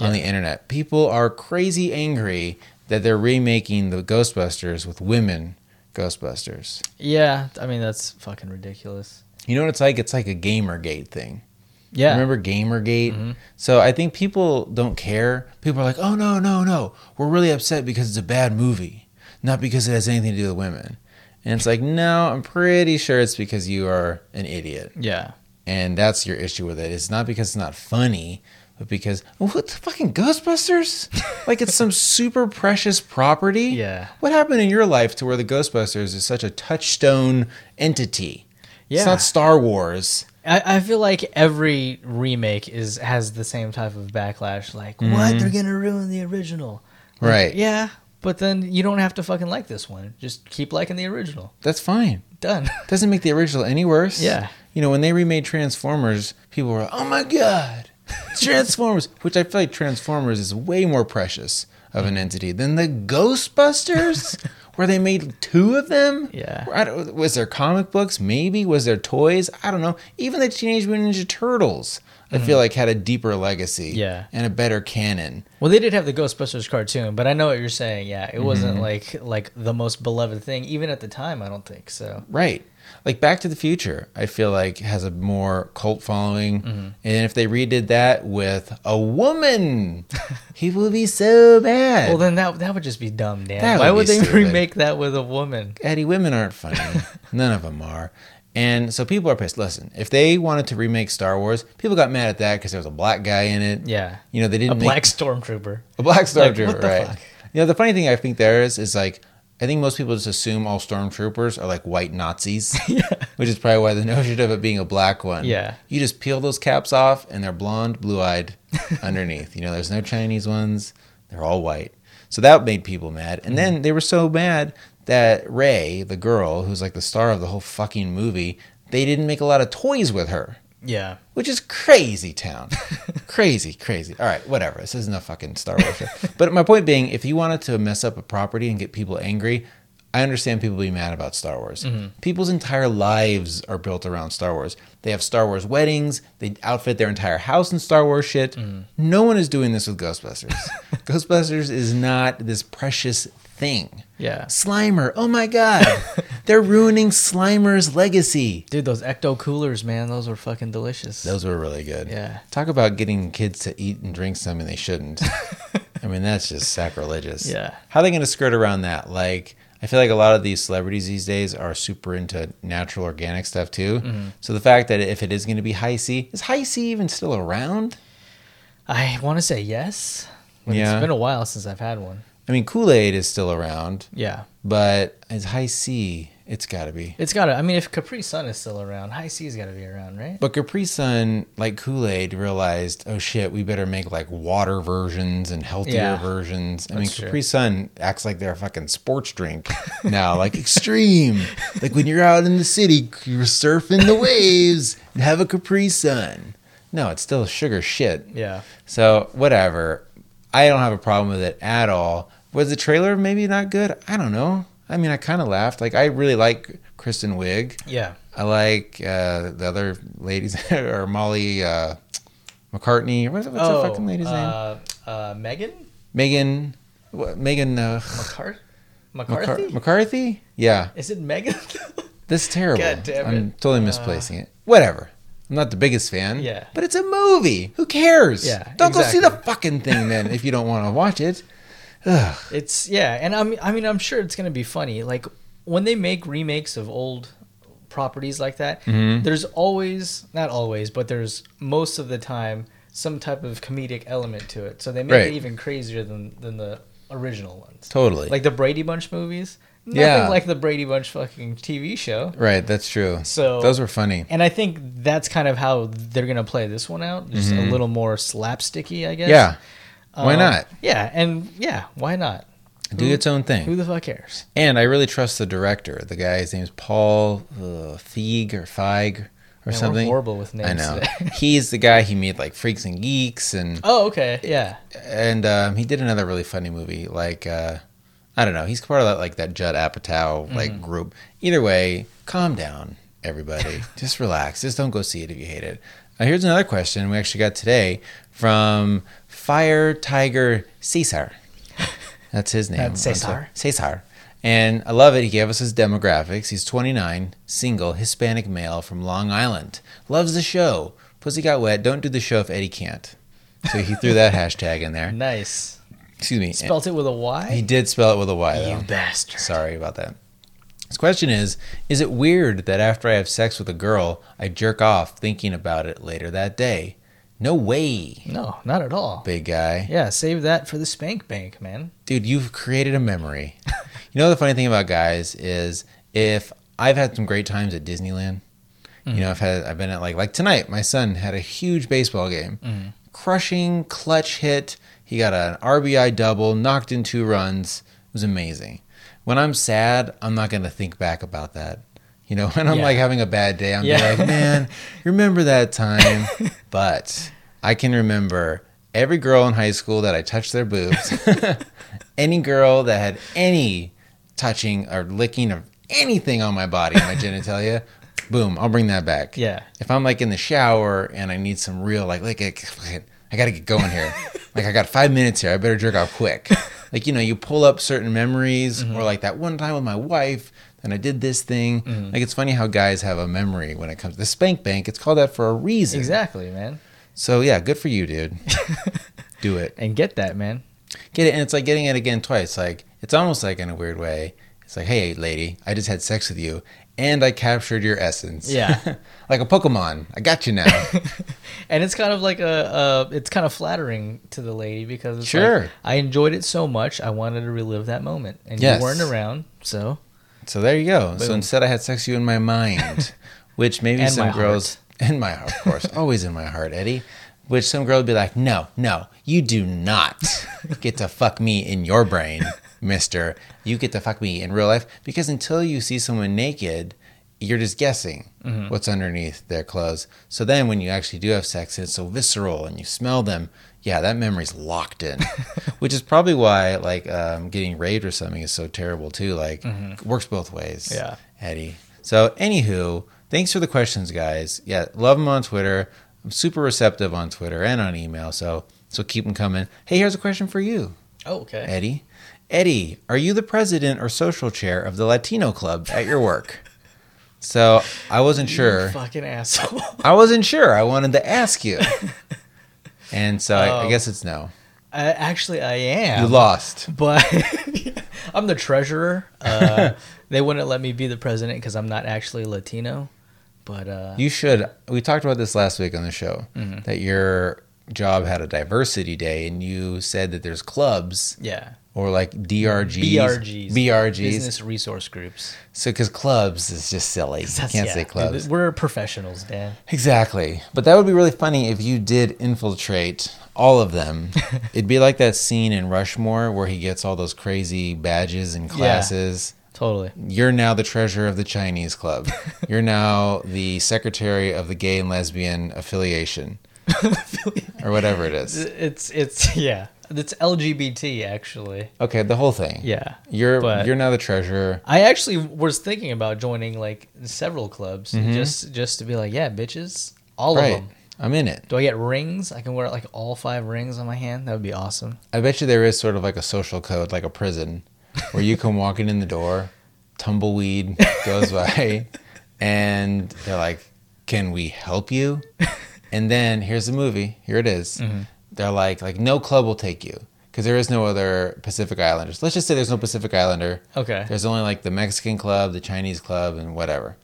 S1: on the internet. People are crazy angry that they're remaking the Ghostbusters with women Ghostbusters.
S2: Yeah. I mean, that's fucking ridiculous.
S1: You know what it's like? It's like a Gamergate thing.
S2: Yeah. Mm-hmm.
S1: Remember Gamergate? So I think people don't care. People are like, oh, no, no, no. We're really upset because it's a bad movie, not because it has anything to do with women. And it's like, no, I'm pretty sure it's because you are an idiot.
S2: Yeah.
S1: And that's your issue with it. It's not because it's not funny, but because, "Oh, what the fucking Ghostbusters? like it's some super precious property.
S2: Yeah.
S1: What happened in your life to where the Ghostbusters is such a touchstone entity?
S2: Yeah.
S1: It's not Star Wars.
S2: I, I feel like every remake is has the same type of backlash. Like, what?
S1: Mm-hmm.
S2: They're gonna ruin the original. Like,
S1: Right.
S2: Yeah. But then you don't have to fucking like this one. Just keep liking the original.
S1: That's fine.
S2: Done.
S1: Doesn't make the original any worse.
S2: Yeah.
S1: You know, when they remade Transformers, people were like, oh my God, Transformers, which I feel like Transformers is way more precious of an entity than the Ghostbusters, where they made two of them.
S2: Yeah.
S1: I don't- was there comic books? Maybe. Was there toys? I don't know. Even the Teenage Mutant Ninja Turtles, I feel like had a deeper legacy
S2: Mm. Yeah.
S1: and a better canon.
S2: well, they did have the Ghostbusters cartoon, but I know what you're saying. Yeah, it wasn't like
S1: Mm-hmm.
S2: like the most beloved thing even at the time. I don't think so.
S1: Right. Like Back to the Future, I feel like has a more cult following.
S2: Mm-hmm.
S1: And if they redid that with a woman, he would be so bad.
S2: Well, then that that would just be dumb, Dan.
S1: That
S2: Why
S1: would
S2: would
S1: be
S2: they
S1: stupid.
S2: remake that with a woman?
S1: Eddie, women aren't funny. None of them are. And so people are pissed. Listen, if they wanted to remake Star Wars, people got mad at that because there was a black guy in it.
S2: Yeah.
S1: You know, they didn't
S2: A
S1: make-
S2: black stormtrooper.
S1: A black
S2: Like,
S1: stormtrooper,
S2: what the
S1: right?
S2: fuck?
S1: You know, the funny thing I think there is is like I think most people just assume all stormtroopers are like white Nazis, which is probably why the notion of it being a black one.
S2: Yeah.
S1: you just peel those caps off, and they're blonde, blue-eyed underneath. You know, there's no Chinese ones; they're all white. So that made people mad, and then they were so mad that Ray, the girl who's like the star of the whole fucking movie, they didn't make a lot of toys with her
S2: Yeah.
S1: which is crazy town. crazy, crazy. All right, whatever. This isn't a fucking Star Wars show. But my point being, if you wanted to mess up a property and get people angry, I understand people being mad about Star Wars. People's entire lives are built around Star Wars. They have Star Wars weddings. They outfit their entire house in Star Wars shit. No one is doing this with Ghostbusters. Ghostbusters is not this precious thing.
S2: Yeah.
S1: Slimer. Oh my God. They're ruining Slimer's legacy.
S2: Dude, those ecto coolers, man, those were fucking delicious.
S1: Those were really good.
S2: Yeah.
S1: Talk about getting kids to eat and drink something they shouldn't. I mean, that's just sacrilegious.
S2: Yeah.
S1: How are they going to skirt around that? Like, I feel like a lot of these celebrities these days are super into natural organic stuff too.
S2: Mm-hmm.
S1: So the fact that if it is going to be high C, is high C even still around?
S2: I want to say yes. but
S1: Yeah.
S2: It's been a while since I've had one.
S1: I mean, Kool Aid is still around,
S2: Yeah.
S1: but is high C? It's got to be.
S2: It's got to, I mean, if Capri Sun is still around, High C's got to be around, right?
S1: But Capri Sun, like Kool Aid, realized, oh shit, we better make like water versions and healthier
S2: Yeah.
S1: versions. I mean,
S2: That's true.
S1: Capri Sun acts like they're a fucking sports drink now, like extreme. like when you're out in the city, you're surfing the waves and have a Capri Sun. No, it's still sugar shit.
S2: Yeah.
S1: So whatever. I don't have a problem with it at all. Was the trailer maybe not good? I don't know. I mean, I kind of laughed. Like I really like Kristen Wiig.
S2: Yeah.
S1: I like uh, the other ladies or Molly uh, McCartney. What's,
S2: Oh,
S1: what's the fucking lady's name?
S2: uh, Uh, Megan
S1: Megan. What, Megan. Uh,
S2: McCart? McCarthy?
S1: Macar- McCarthy? Yeah.
S2: Is it Megan?
S1: This is terrible.
S2: God damn
S1: I'm
S2: it. Uh,
S1: totally misplacing it. Whatever. I'm not the biggest fan.
S2: Yeah.
S1: But it's a movie. Who cares?
S2: Yeah,
S1: Don't go see the
S2: exactly.
S1: fucking thing then if you don't want to watch it.
S2: it's yeah, and I mean, I mean, I'm sure it's gonna be funny. Like when they make remakes of old properties like that,
S1: Mm-hmm.
S2: there's always not always, but there's most of the time some type of comedic element to it. So they make
S1: Right.
S2: it even crazier than than the original ones.
S1: Totally.
S2: Like the Brady Bunch movies. Nothing
S1: Yeah.
S2: like the Brady Bunch fucking TV show.
S1: right, that's true.
S2: So-
S1: those were funny.
S2: And I think that's kind of how they're gonna play this one out, just a little more slapsticky, I guess.
S1: Mm-hmm. Yeah. Why
S2: Um,
S1: not?
S2: Yeah, and yeah, why not?
S1: Do its own
S2: Who
S1: thing.
S2: the fuck cares?
S1: And I really trust the director. The guy, his name's Paul uh, Feig or Feig or
S2: we're
S1: something.
S2: horrible with names
S1: I know.
S2: today.
S1: He's the guy he made like Freaks and Geeks and
S2: Oh, okay, yeah.
S1: and um, he did another really funny movie like uh, i don't know he's part of that like that judd apatow like group either way calm down everybody just relax just don't go see it if you hate it uh, here's another question we actually got today from fire tiger caesar that's his name
S2: That's Cesar.
S1: cesar and i love it he gave us his demographics he's 29 single hispanic male from long island loves the show pussy got wet don't do the show if eddie can't so he threw that hashtag in there
S2: Nice.
S1: excuse me
S2: Spelt it with a Y.
S1: he did spell it with a y
S2: you
S1: though
S2: bastard.
S1: sorry about that his question is is it weird that after i have sex with a girl i jerk off thinking about it later that day no way
S2: No, not at all.
S1: big guy
S2: Yeah, save that for the spank bank, man.
S1: dude you've created a memory you know the funny thing about guys is if i've had some great times at disneyland
S2: Mm.
S1: you know i've had i've been at like like tonight my son had a huge baseball game
S2: Mm.
S1: crushing clutch hit he got an rbi double knocked in two runs it was amazing when i'm sad i'm not going to think back about that you know when i'm
S2: Yeah.
S1: like having a bad day i'm
S2: Yeah.
S1: like man remember that time but i can remember every girl in high school that i touched their boobs any girl that had any touching or licking of anything on my body, my genitalia, boom, I'll bring that back.
S2: Yeah.
S1: If I'm like in the shower and I need some real like like like, I gotta get going here. like I got five minutes here. I better jerk off quick. Like you know, you pull up certain memories or like that one time with my wife. And I did this thing. Like it's funny how guys have a memory when it comes to the spank bank. It's called that for a reason.
S2: Exactly, man.
S1: So yeah, good for you, dude. Do it
S2: And get that, man.
S1: get it and it's like getting it again twice like it's almost like in a weird way it's like hey lady i just had sex with you and i captured your essence
S2: Yeah.
S1: like a pokemon i got you now
S2: And it's kind of like a, a it's kind of flattering to the lady because it's
S1: Sure.
S2: like, I enjoyed it so much, I wanted to relive that moment, and
S1: Yes.
S2: you weren't around, so
S1: so there you go so
S2: Boom.
S1: instead i had sex with you in my mind which maybe
S2: And
S1: some
S2: my
S1: girls in my heart of course always in my heart eddie which some girl would be like no no you do not get to fuck me in your brain mister you get to fuck me in real life because until you see someone naked you're just guessing what's underneath their clothes. So then when you actually do have sex, it's so visceral and you smell them. Yeah, that memory's locked in, which is probably why like um, getting raped or something is so terrible too. Like works both ways.
S2: Yeah.
S1: Eddie. So anywho, thanks for the questions, guys. Yeah, love them on Twitter. I'm super receptive on Twitter and on email. So so keep them coming. Hey, here's a question for you.
S2: oh, okay.
S1: Eddie. Eddie, are you the president or social chair of the Latino club at your work? so I wasn't sure.
S2: Fucking asshole.
S1: I wasn't sure. I wanted to ask you. and so I, I
S2: Oh.
S1: guess it's no.
S2: I, actually, I am.
S1: You lost.
S2: but I'm the treasurer. Uh, they wouldn't let me be the president because I'm not actually Latino. But uh,
S1: You should. We talked about this last week on the show
S2: Mm-hmm.
S1: that your job had a diversity day, and you said that there's clubs
S2: yeah,
S1: or like DRGs.
S2: BRGs,
S1: BRGs.
S2: business resource groups.
S1: So, because clubs is just silly. You can't
S2: yeah.
S1: say clubs.
S2: We're professionals, Dan.
S1: Exactly. But that would be really funny if you did infiltrate all of them. It'd be like that scene in Rushmore where he gets all those crazy badges and classes.
S2: Totally.
S1: You're now the treasurer of the Chinese club. You're now the secretary of the gay and lesbian affiliation or whatever it is.
S2: It's it's yeah. It's LGBT actually.
S1: Okay, the whole thing.
S2: Yeah.
S1: You're
S2: But-
S1: you're now the treasurer.
S2: I actually was thinking about joining like several clubs just just to be like, yeah, bitches, all of
S1: Mm-hmm. Right.
S2: them.
S1: I'm in it.
S2: Do I get rings? I can wear like all five rings on my hand. That would be awesome.
S1: I bet you there is sort of like a social code, like a prison, where you come walking in the door, tumbleweed goes by, and they're like, "Can we help you?" And then here's the movie. Here it is. They're like, like no club will take you because there is no other Pacific Islanders. Let's just say there's no Pacific Islander.
S2: Okay.
S1: There's only like the Mexican club, the Chinese club, and whatever.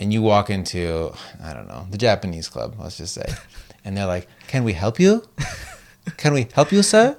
S1: And you walk into, I don't know, the Japanese club. Let's just say, and they're like, "Can we help you? Can we help you, sir?"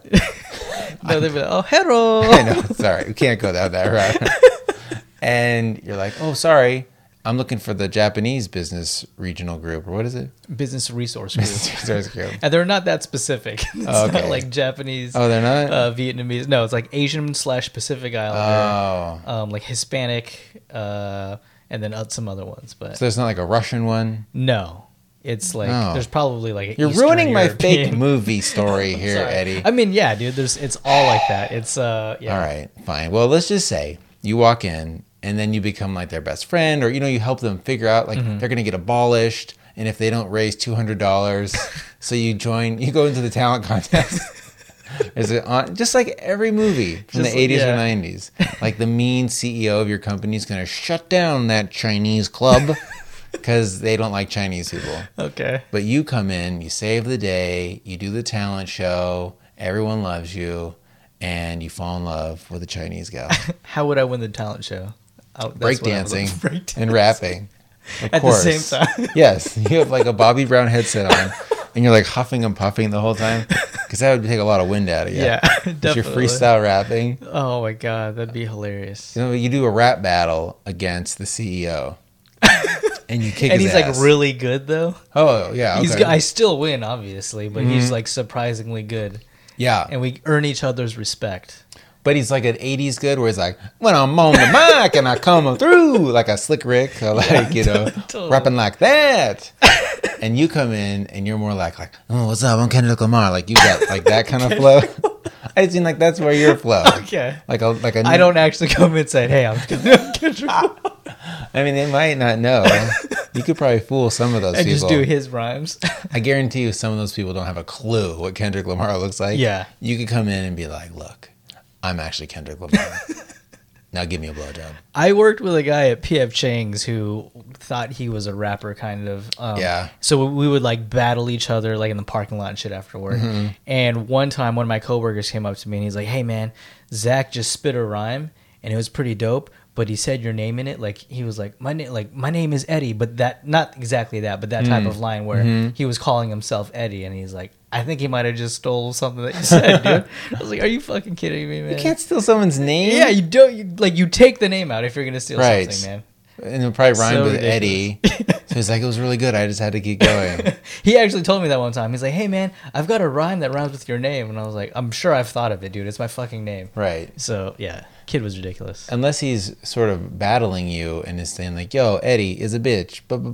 S2: No, they'd be like, oh, hello.
S1: I know. Sorry, we can't go down that route. and you're like, oh, sorry, I'm looking for the Japanese business regional group, or what is it?
S2: Business resource group.
S1: Business group.
S2: and they're not that specific. It's
S1: Okay.
S2: not like Japanese.
S1: Oh, they're not?
S2: Uh, Vietnamese. No, it's like Asian slash Pacific Islander,
S1: Oh,
S2: um, like Hispanic, uh, and then uh, some other ones. But
S1: so there's not like a Russian one.
S2: no, it's like
S1: No.
S2: there's probably like an
S1: You're
S2: Eastern
S1: ruining my fake
S2: European-
S1: movie story here,
S2: Sorry.
S1: Eddie.
S2: I mean, yeah, dude. There's it's all like that. It's uh, yeah.
S1: All right, fine. Well, let's just say you walk in and then you become like their best friend, or you know, you help them figure out like
S2: Mm-hmm.
S1: they're going to get abolished, and if they don't raise two hundred dollars, so you join, you go into the talent contest. Is it on? Just like every movie from
S2: Just-
S1: the eighties or
S2: yeah.
S1: nineties, like the mean CEO of your company is going to shut down that Chinese club because they don't like Chinese people.
S2: Okay.
S1: But you come in, you save the day, you do the talent show, everyone loves you, and you fall in love with a Chinese gal.
S2: How would I win the talent show? Oh, that's what I was-
S1: Breakdancing
S2: Breakdancing.
S1: and rapping. Of
S2: At the
S1: course.
S2: same time.
S1: yes. You have like a Bobby Brown headset on and you're like huffing and puffing the whole time because that would take a lot of wind out of you.
S2: Yeah,
S1: But you're
S2: definitely.
S1: freestyle rapping.
S2: Oh my god, that'd be hilarious.
S1: You know, you do a rap battle against the CEO and you kick
S2: And
S1: his
S2: he's like
S1: ass.
S2: really good though.
S1: Oh, yeah. Okay. Mm-hmm.
S2: He's g- I still win obviously, but he's like surprisingly good,
S1: yeah.
S2: and we earn each other's respect.
S1: But he's like an '80s good, where he's like, "When I'm on the mic and I come through like a slick Rick, or like you know,
S2: totally.
S1: rapping like that." and you come in and you're more like, like, "Oh, what's up? I'm Kendrick Lamar." Like you got like that kind of flow. I just mean like that's where your flow.
S2: Okay.
S1: Like a like a.
S2: I don't actually come and say, "Hey, I'm Kendrick." Lamar,"
S1: I mean, they might not know. You could probably fool some of those
S2: and
S1: people.
S2: just do his rhymes.
S1: I guarantee you, some of those people don't have a clue what Kendrick Lamar looks like.
S2: Yeah.
S1: You could come in and be like, "Look, I'm actually Kendrick Lamar." now give me a blowjob.
S2: I worked with a guy at PF Chang's who thought he was a rapper, kind of. Um,
S1: Yeah.
S2: So we would like battle each other like in the parking lot and shit afterward. And one time, one of my coworkers came up to me and he's like, "Hey man, Zach just spit a rhyme and it was pretty dope." But he said your name in it, like he was like my name, like my name is Eddie, but that not exactly that, but that type of line where he was calling himself Eddie, and he's like, I think he might have just stole something that you said, dude. I was like, Are you fucking kidding me, man?
S1: You can't steal someone's name.
S2: Yeah, you don't you, like you take the name out if you're gonna steal
S1: Right.
S2: something, man.
S1: and it probably rhymed
S2: So
S1: with
S2: ridiculous.
S1: Eddie. so he's like, it was really good. I just had to keep going.
S2: He actually told me that one time. He's like, "Hey, man, I've got a rhyme that rhymes with your name," and I was like, "I'm sure I've thought of it, dude. It's my fucking name."
S1: right.
S2: So yeah, kid was ridiculous.
S1: Unless he's sort of battling you and is saying like, "Yo, Eddie is a bitch," but but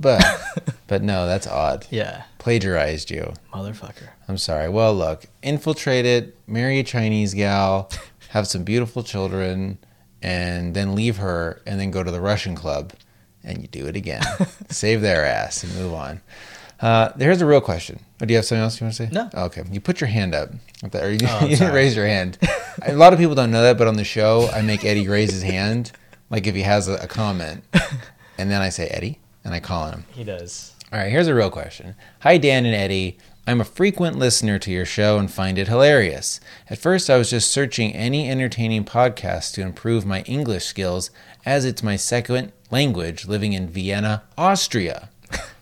S1: but, but no, that's odd.
S2: Yeah,
S1: Plagiarized you.
S2: motherfucker.
S1: I'm sorry. Well, look, infiltrate it, marry a Chinese gal, have some beautiful children, and then leave her, and then go to the Russian club, and you do it again. Save their ass and move on. Uh, here's a real question. Oh, do you have something else you want to say?
S2: No. Oh,
S1: Okay. You put your hand up. What the- or you,
S2: I'm
S1: you didn't
S2: sorry.
S1: raise your hand. a lot of people don't know that, but on the show, I make Eddie raise his hand, like if he has a, a comment, and then I say Eddie, and I call on him.
S2: He does.
S1: All right, here's a real question. Hi, Dan and Eddie. I'm a frequent listener to your show and find it hilarious. At first, I was just searching any entertaining podcast to improve my English skills, as it's my second language living in Vienna, Austria.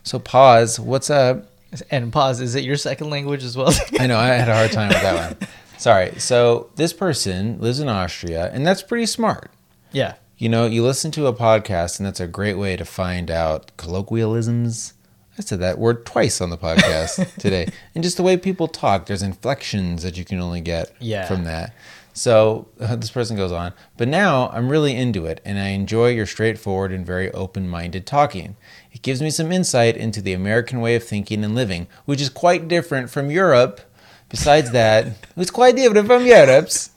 S1: So, pause. What's up?
S2: And pause. Is it your second language as well?
S1: I know I had a hard time with that one. Sorry. So, this person lives in Austria, and that's pretty smart.
S2: yeah.
S1: You know, you listen to a podcast, and that's a great way to find out colloquialisms. I said that word twice on the podcast today. And just the way people talk, there's inflections that you can only get
S2: Yeah.
S1: from that. So uh, this person goes on, but now I'm really into it and I enjoy your straightforward and very open minded talking. It gives me some insight into the American way of thinking and living, which is quite different from Europe. Besides that, it's quite different from Europe's.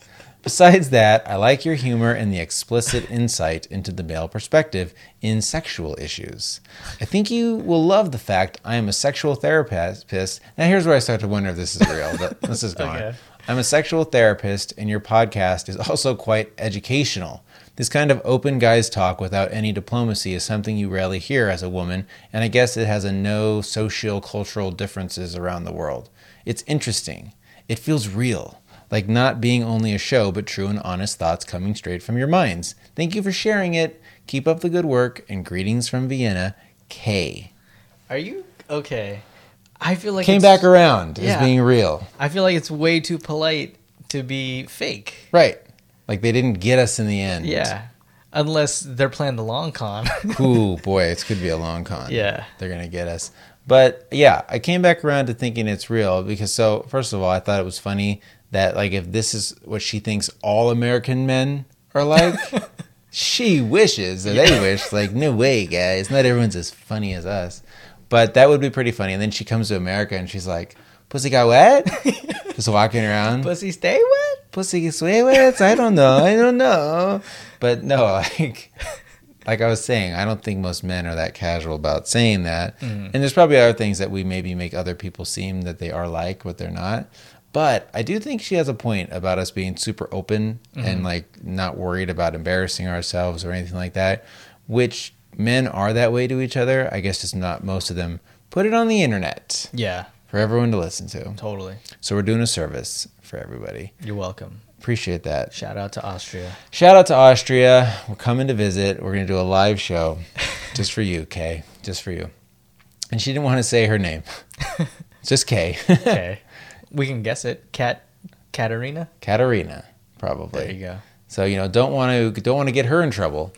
S1: Besides that, I like your humor and the explicit insight into the male perspective in sexual issues. I think you will love the fact I am a sexual therapist. Now, here's where I start to wonder if this is real, but let's just go
S2: Okay.
S1: on. I'm a sexual therapist, and your podcast is also quite educational. This kind of open guys talk without any diplomacy is something you rarely hear as a woman, and I guess it has a no social cultural differences around the world. It's interesting. It feels real, like not being only a show, but true and honest thoughts coming straight from your minds. Thank you for sharing it. Keep up the good work, and greetings from Vienna, K.
S2: Are you okay? I feel like
S1: Came
S2: it's-
S1: back around as
S2: Yeah.
S1: being real.
S2: I feel like it's way too polite to be fake.
S1: Right. Like they didn't get us in the end.
S2: Yeah. Unless they're playing the long con.
S1: Ooh, boy, it's could be a long con.
S2: Yeah.
S1: They're gonna get us. But yeah, I came back around to thinking it's real because so first of all, I thought it was funny that like if this is what she thinks all American men are like, she wishes or they wish, like, no way, guys, not everyone's as funny as us. But that would be pretty funny. And then she comes to America and she's like, Pussy got wet? Just walking around
S2: Pussy stay wet?
S1: pussy gets way wet. I don't know. I don't know. But no, like like I was saying, I don't think most men are that casual about saying that. And there's probably other things that we maybe make other people seem that they are like what they're not. But I do think she has a point about us being super open and like not worried about embarrassing ourselves or anything like that, which men are that way to each other. I guess just not most of them. Put it on the internet
S2: Yeah,
S1: for everyone to listen to.
S2: totally.
S1: So we're doing a service for everybody.
S2: You're welcome.
S1: Appreciate that.
S2: Shout out to Austria.
S1: Shout out to Austria. We're coming to visit. We're going to do a live show just for you, Kay. Just for you. And she didn't want to say her name. just Kay.
S2: Okay. we can guess it. Cat Katarina?
S1: Katarina,
S2: There you
S1: probably.
S2: go.
S1: So, you know, don't want to don't want to get her in trouble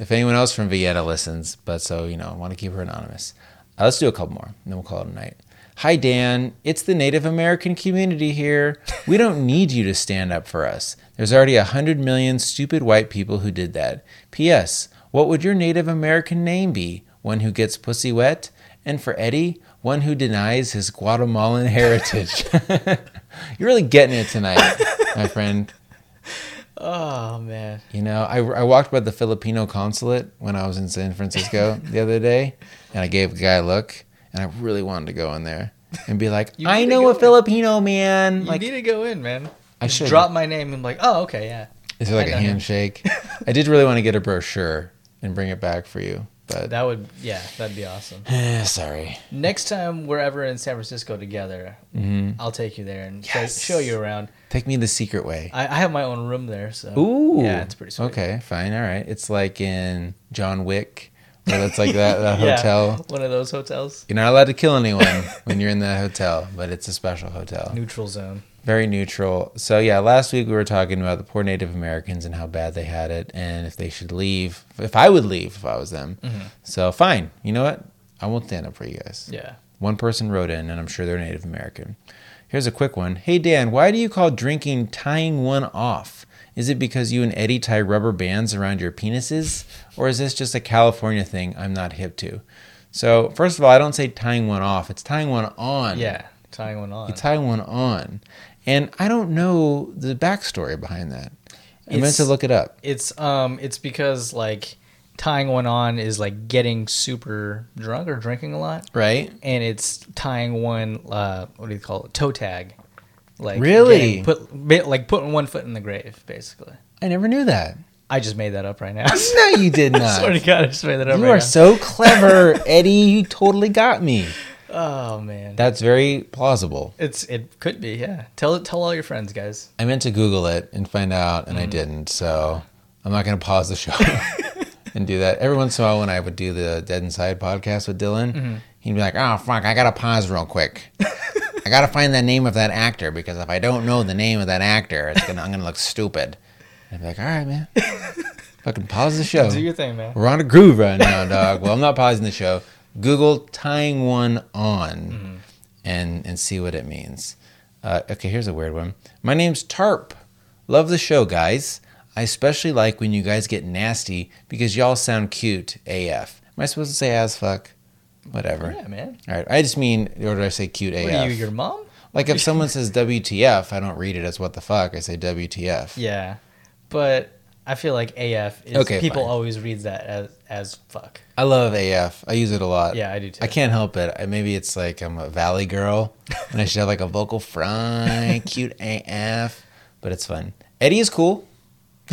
S1: if anyone else from Vienna listens, but so, you know, want to keep her anonymous. Uh, let's do a couple more, and then we'll call it a night. Hi Dan, it's the Native American community here. We don't need you to stand up for us. There's already a hundred million stupid white people who did that. P.S. What would your Native American name be? One who gets pussy wet? And for Eddie, one who denies his Guatemalan heritage. You're really getting it tonight, my friend.
S2: Oh man.
S1: You know, I, I walked by the Filipino consulate when I was in San Francisco the other day, and I gave a guy a look, and I really wanted to go in there and be like,
S2: You
S1: I
S2: need to
S1: know
S2: go
S1: a
S2: in.
S1: Filipino man.
S2: You
S1: like,
S2: need to go in, man.
S1: I
S2: Just
S1: should.
S2: drop my name and like, oh okay, yeah.
S1: is it like
S2: I
S1: a
S2: know him.
S1: handshake? I did really want to get a brochure and bring it back for you, but
S2: That would yeah, that'd be awesome.
S1: eh, sorry.
S2: Next time we're ever in San Francisco together, I'll take you there and show-
S1: Mm-hmm. Yes.
S2: show you around.
S1: Take me the secret way.
S2: I, I have my own room there, so
S1: Ooh.
S2: yeah, it's pretty sweet.
S1: Okay, fine. All right. It's like in John Wick, where that's like that, that
S2: Yeah,
S1: hotel.
S2: one of those hotels,
S1: You're not allowed to kill anyone when you're in that hotel, but it's a special hotel.
S2: neutral zone.
S1: very neutral. So yeah, last week we were talking about the poor Native Americans and how bad they had it, and if they should leave. If I would leave if I was them. So fine, you know what? I won't stand up for you guys.
S2: Mm-hmm. Yeah.
S1: One person wrote in, and I'm sure they're Native American. Here's a quick one. Hey Dan, why do you call drinking tying one off? Is it because you and Eddie tie rubber bands around your penises, or is this just a California thing I'm not hip to? So first of all, I don't say tying one off. It's tying one on.
S2: Yeah, tying one on.
S1: You tie one on. And I don't know the backstory behind that. I meant
S2: It's-
S1: to look it up.
S2: It's um, it's because like tying one on is like getting super drunk or drinking a lot,
S1: Right?
S2: and it's tying one uh, what do you call it? Toe tag. Like
S1: Really?
S2: getting put bit- like putting one foot in the grave, basically.
S1: I never knew that.
S2: I just made that up right now.
S1: No, you did
S2: I swear to
S1: not.
S2: God, I just made that up
S1: You
S2: right
S1: are
S2: now.
S1: so clever, Eddie. You totally got me.
S2: oh man,
S1: That's very plausible.
S2: it's it could be yeah. Tell it, tell all your friends, guys.
S1: I meant to Google it and find out, and I didn't. So I'm not going to pause the show and do that. Every once in a while, when I would do the Dead Inside podcast with Dylan, he'd be like, oh, fuck, I got to pause real quick. I got to find the name of that actor because if I don't know the name of that actor, it's gonna, I'm going to look stupid. And I'd be like, all right, man. Fucking pause the show.
S2: Do your thing, man.
S1: We're on a groove right now, dog. well, I'm not pausing the show. Google tying one on
S2: Mm-hmm.
S1: and and see what it means. Uh, okay, here's a weird one. My name's Tarp. Love the show, guys. I especially like when you guys get nasty because y'all sound cute AF. Am I supposed to say as fuck? Whatever.
S2: Yeah, man.
S1: All right. I just mean, or do I say cute
S2: What
S1: AF?
S2: are you, your mom?
S1: like if someone says WTF, I don't read it as what the fuck. I say WTF.
S2: Yeah, but I feel like AF is
S1: Okay,
S2: people
S1: fine.
S2: always read that as as fuck.
S1: I love AF. I use it a lot.
S2: Yeah, I do too.
S1: I can't help it. I, maybe it's like I'm a valley girl and I should have like a vocal fry, cute AF, but it's fun. Eddie is cool.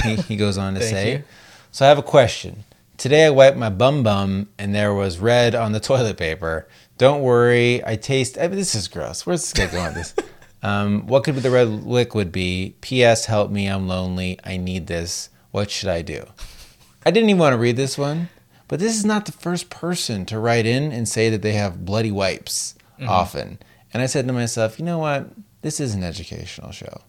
S1: He, he goes on to
S2: Thank
S1: say.
S2: you.
S1: So I have a question. Today I wiped my bum bum and there was red on the toilet paper. Don't worry, I taste. I mean, this is gross. Where's this guy going with this? Um, what could the red liquid be? P.S. Help me, I'm lonely. I need this. What should I do? I didn't even want to read this one, but this is not the first person to write in and say that they have bloody wipes
S2: Mm-hmm.
S1: often. And I said to myself, you know what? This is an educational show.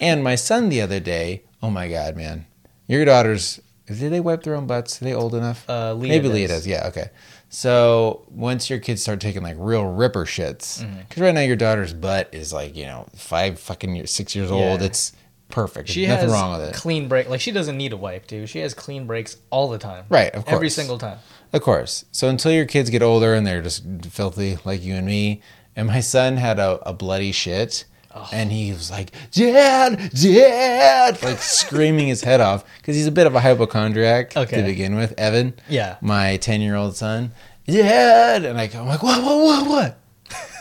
S1: and my son the other day, oh my God, man, your daughters, did they wipe their own butts? Are they old enough?
S2: Uh, Leah
S1: Maybe Leah
S2: does.
S1: does. Yeah, okay. So once your kids start taking like real ripper shits,
S2: Mm-hmm.
S1: because right now your daughter's butt is like, you know, five fucking years, six years old.
S2: Yeah.
S1: It's perfect.
S2: She
S1: There's nothing
S2: has
S1: wrong with it.
S2: clean break. Like she doesn't need a wipe, dude. She has clean breaks all the time.
S1: Right, of
S2: Every
S1: course.
S2: single time.
S1: Of course. So until your kids get older and they're just filthy like you and me, and my son had a, a bloody shit, and he was like, "Dad, Dad!" like screaming his head off because he's a bit of a hypochondriac
S2: Okay.
S1: to begin with. Evan,
S2: Yeah.
S1: my ten-year-old son, Dad, and I, go- I'm like, "What? What? What? What?"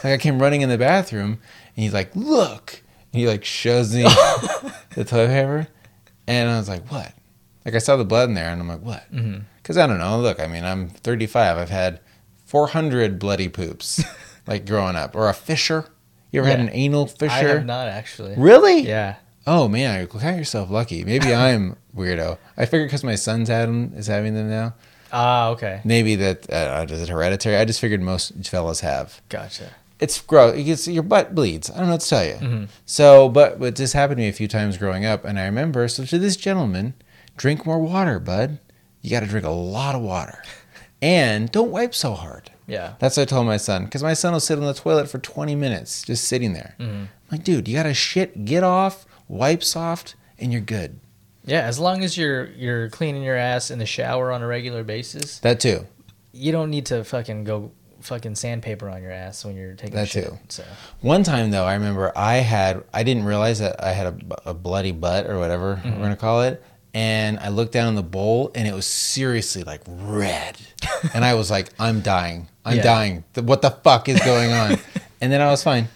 S1: like I came running in the bathroom, and he's like, "Look!" And he like shows me the toilet paper, and I was like, "What?" Like I saw the blood in there, and I'm like, "What?"
S2: Mm-hmm.
S1: Because I don't know. Look, I mean, I'm 35. I've had 400 bloody poops, like growing up, or a fissure. You ever had
S2: Yeah.
S1: an anal fissure?
S2: I have not actually.
S1: Really?
S2: Yeah.
S1: Oh man, count yourself lucky. Maybe I'm weirdo. I figure because my son's had 'em- is having them now.
S2: Ah, okay.
S1: Maybe that uh, is it hereditary. I just figured most fellas have
S2: Gotcha.
S1: it's gross. It gets, your butt bleeds. I don't know what to tell you. So, but, but this happened to me a few times growing up, and I remember. So to this gentleman, drink more water, bud. You got to drink a lot of water, and don't wipe so hard.
S2: Yeah.
S1: That's what I told my son because my son will sit on the toilet for 20 minutes just sitting there. I'm like, dude, you got to shit, get off, wipe soft, and you're good.
S2: Yeah, as long as you're you're cleaning your ass in the shower on a regular basis,
S1: That too.
S2: you don't need to fucking go fucking sandpaper on your ass when you're taking
S1: That
S2: shit.
S1: too.
S2: So
S1: One time though, I remember I had I didn't realize that I had a b- a, bloody butt or whatever
S2: Mm-hmm.
S1: we're gonna call it, and I looked down in the bowl and it was seriously like red, and I was like, I'm dying, I'm
S2: Yeah.
S1: dying. Th- What the fuck is going on? and then I was fine.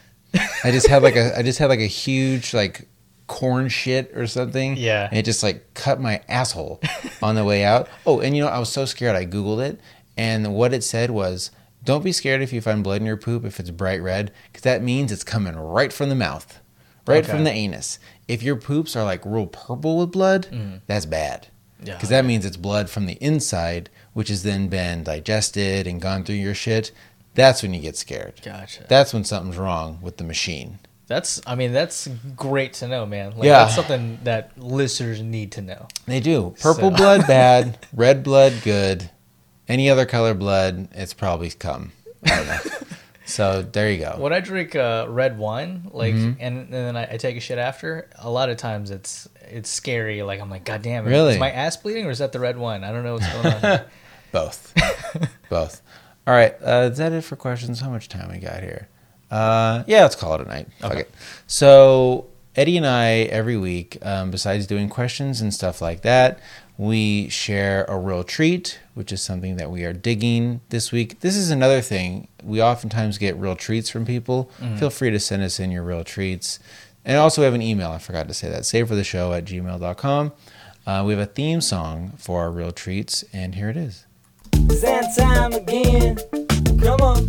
S1: I just had like a I just had like a huge like corn shit or something.
S2: Yeah.
S1: And it just like cut my asshole on the way out. Oh, and you know, I was so scared I Googled it and what it said was don't be scared if you find blood in your poop if it's bright red, because that means it's coming right from the mouth. Right
S2: Okay.
S1: from the anus. If your poops are like real purple with blood,
S2: Mm.
S1: that's bad.
S2: Yeah.
S1: Because that means it's blood from the inside, which has then been digested and gone through your shit. That's when you get scared.
S2: gotcha.
S1: That's when something's wrong with the machine.
S2: that's I mean that's great to know, man. Like
S1: Yeah.
S2: that's something that listeners need to know.
S1: They do. Purple
S2: So-
S1: blood bad, red blood good. Any other color blood, it's probably cum. I don't know. so there you go.
S2: When I drink uh, red wine, like,
S1: Mm-hmm.
S2: and, and then I, I take a shit after, a lot of times it's it's scary. Like I'm like, God damn it,
S1: Really?
S2: is my ass bleeding or is that the red wine? I don't know what's going on. here."
S1: Both. Both. All right. Uh, is that it for questions? How much time we got here? Uh, yeah, let's call it a night. Fuck it. So Eddie and I every week, um, besides doing questions and stuff like that, we share a real treat, which is something that we are digging this week. This is another thing we oftentimes get real treats from people. Feel free to send us in your real treats. And also, we have an email. I forgot to say that. Save for the show at gmail.com. Uh, we have a theme song for our real treats, and here it is.
S3: It's that time again. Come on.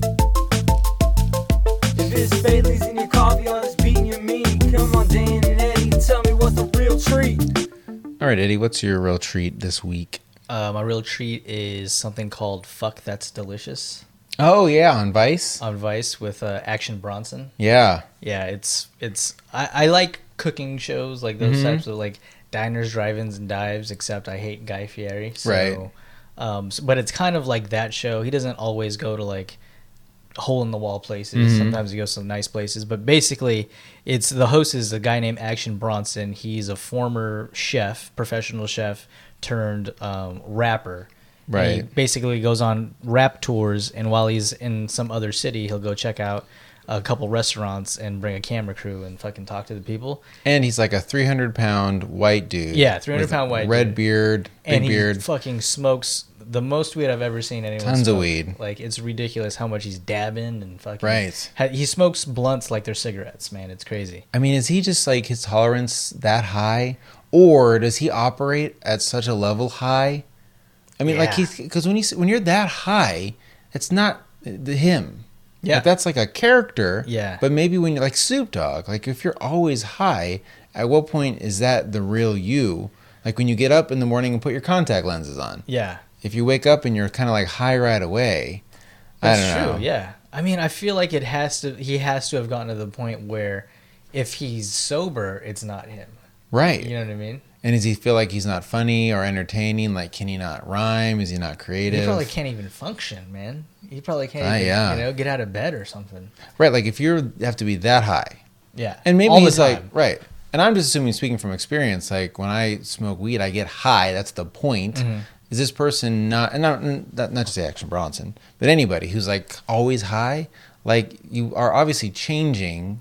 S3: If it's Bailey's in your coffee or it's beating your meat, come on, Dan and Eddie, tell me what's the real treat.
S1: All right, Eddie, what's your real treat this week?
S2: uh, my real treat is something called "Fuck That's Delicious"
S1: Oh yeah, on Vice.
S2: on Vice with uh, Action Bronson.
S1: Yeah,
S2: Yeah, it's it's I, I like cooking shows like those
S1: Mm-hmm.
S2: types of like diners, drive-ins, and dives. Except I hate Guy Fieri. So,
S1: Right.
S2: Um, s- but it's kind of like that show. He doesn't always go to like hole in the wall
S1: Mm-hmm.
S2: places. Sometimes he goes to nice places. But basically, it's the host is a guy named Action Bronson. He's a former chef, professional chef turned um, rapper. And He
S1: Right.
S2: basically goes on rap tours, and while he's in some other city, he'll go check out a couple restaurants and bring a camera crew and fucking talk to the people.
S1: And he's like a 300 pound white dude.
S2: Yeah, 300
S1: with
S2: pound white
S1: Red
S2: dude.
S1: beard, big
S2: and he
S1: beard.
S2: fucking smokes the most weed I've ever seen anyone.
S1: Tons of
S2: smoke.
S1: weed.
S2: Like it's ridiculous how much he's dabbing and fucking.
S1: Right.
S2: Ha- He smokes blunts like they're cigarettes, man. It's crazy.
S1: I mean, is he just like his tolerance that high, or does he operate at such a level high? I mean, like
S2: Yeah.
S1: he's because when you s- when you're that high, it's not uh, the him.
S2: Yeah.
S1: Like, that's like a character.
S2: Yeah.
S1: but maybe when you're like Snoop Dogg, like if you're always high, at what point is that the real you? Like when you get up in the morning and put your contact lenses on.
S2: Yeah.
S1: If you wake up and you're kind of like high right away,
S2: That's
S1: I don't
S2: true.
S1: know.
S2: Yeah. I mean, I feel like it has to. He has to have gotten to the point where, if he's sober, it's not him.
S1: Right.
S2: You know what I mean?
S1: And does he feel like he's not funny or entertaining? Like, can he not rhyme? Is he not creative?
S2: He probably can't even function, man. He probably can't.
S1: Ah,
S2: even,
S1: yeah.
S2: You know, get out of bed or something.
S1: Right, like if you're you have to be that high,
S2: Yeah.
S1: and maybe
S2: All the
S1: he's like
S2: time.
S1: right. And I'm just assuming, speaking from experience, like when I smoke weed, I get high. That's the point.
S2: Mm-hmm.
S1: Is this person not and not not, not just Action Bronson, but anybody who's like always high? Like you are obviously changing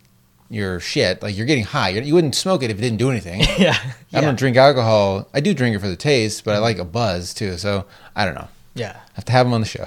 S1: your shit. Like you're getting high. You're, you wouldn't smoke it if it didn't do anything.
S2: yeah.
S1: I
S2: Yeah.
S1: don't drink alcohol. I do drink it for the taste, but I like a buzz too. So I don't know.
S2: Yeah.
S1: I have to have him on the show.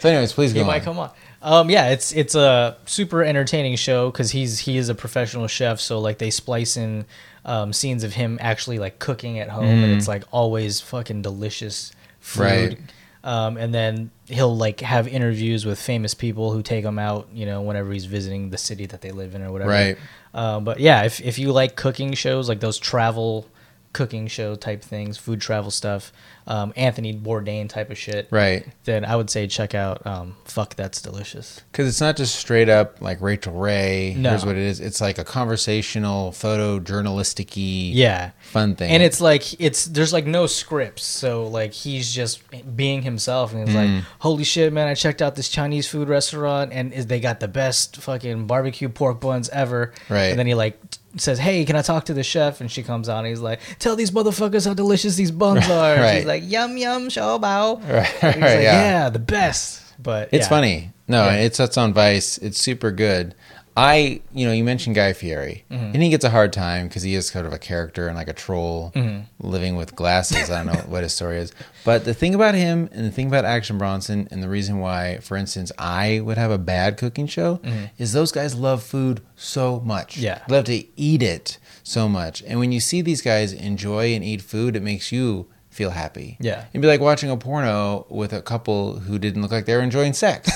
S1: so, anyways, please go
S2: he
S1: on.
S2: might come on. Um, yeah, it's it's a super entertaining show because he's he is a professional chef, so like they splice in um, scenes of him actually like cooking at home, and it's like always fucking delicious food.
S1: Mm. Right.
S2: Um, and then he'll like have interviews with famous people who take him out, you know, whenever he's visiting the city that they live in or whatever.
S1: Right.
S2: Uh, but yeah, if if you like cooking shows, like those travel cooking show type things, food travel stuff, um, Anthony Bourdain type of shit
S1: Right,
S2: then I would say check out um, Fuck That's Delicious.
S1: because it's not just straight up like Rachel Ray.
S2: No.
S1: Here's what it is. It's like a conversational, photo journalistic-y
S2: Yeah.
S1: fun thing.
S2: And it's like it's there's like no scripts, so like he's just being himself, and he's
S1: Mm.
S2: like, "Holy shit, man! I checked out this Chinese food restaurant, and is, they got the best fucking barbecue pork buns ever."
S1: Right.
S2: And then he like says, "Hey, can I talk to the chef?" And she comes on, and he's like, "Tell these motherfuckers how delicious these buns are." And
S1: Right.
S2: She's like, "Yum yum, shao bao."
S1: Right,
S2: And he's
S1: right,
S2: like,
S1: yeah.
S2: yeah. the best. But
S1: it's
S2: yeah.
S1: funny. No,
S2: Yeah.
S1: it's that's on Vice. It's super good. I, you know, you mentioned Guy Fieri,
S2: Mm-hmm.
S1: and he gets a hard time because he is kind of a character and like a troll
S2: Mm-hmm.
S1: living with glasses. I don't know what his story is, but the thing about him and the thing about Action Bronson and the reason why, for instance, I would have a bad cooking show is those guys love food so much.
S2: Mm-hmm. Yeah.
S1: love to eat it so much, and when you see these guys enjoy and eat food, it makes you feel happy.
S2: Yeah.
S1: It'd be like watching a porno with a couple who didn't look like they were enjoying sex.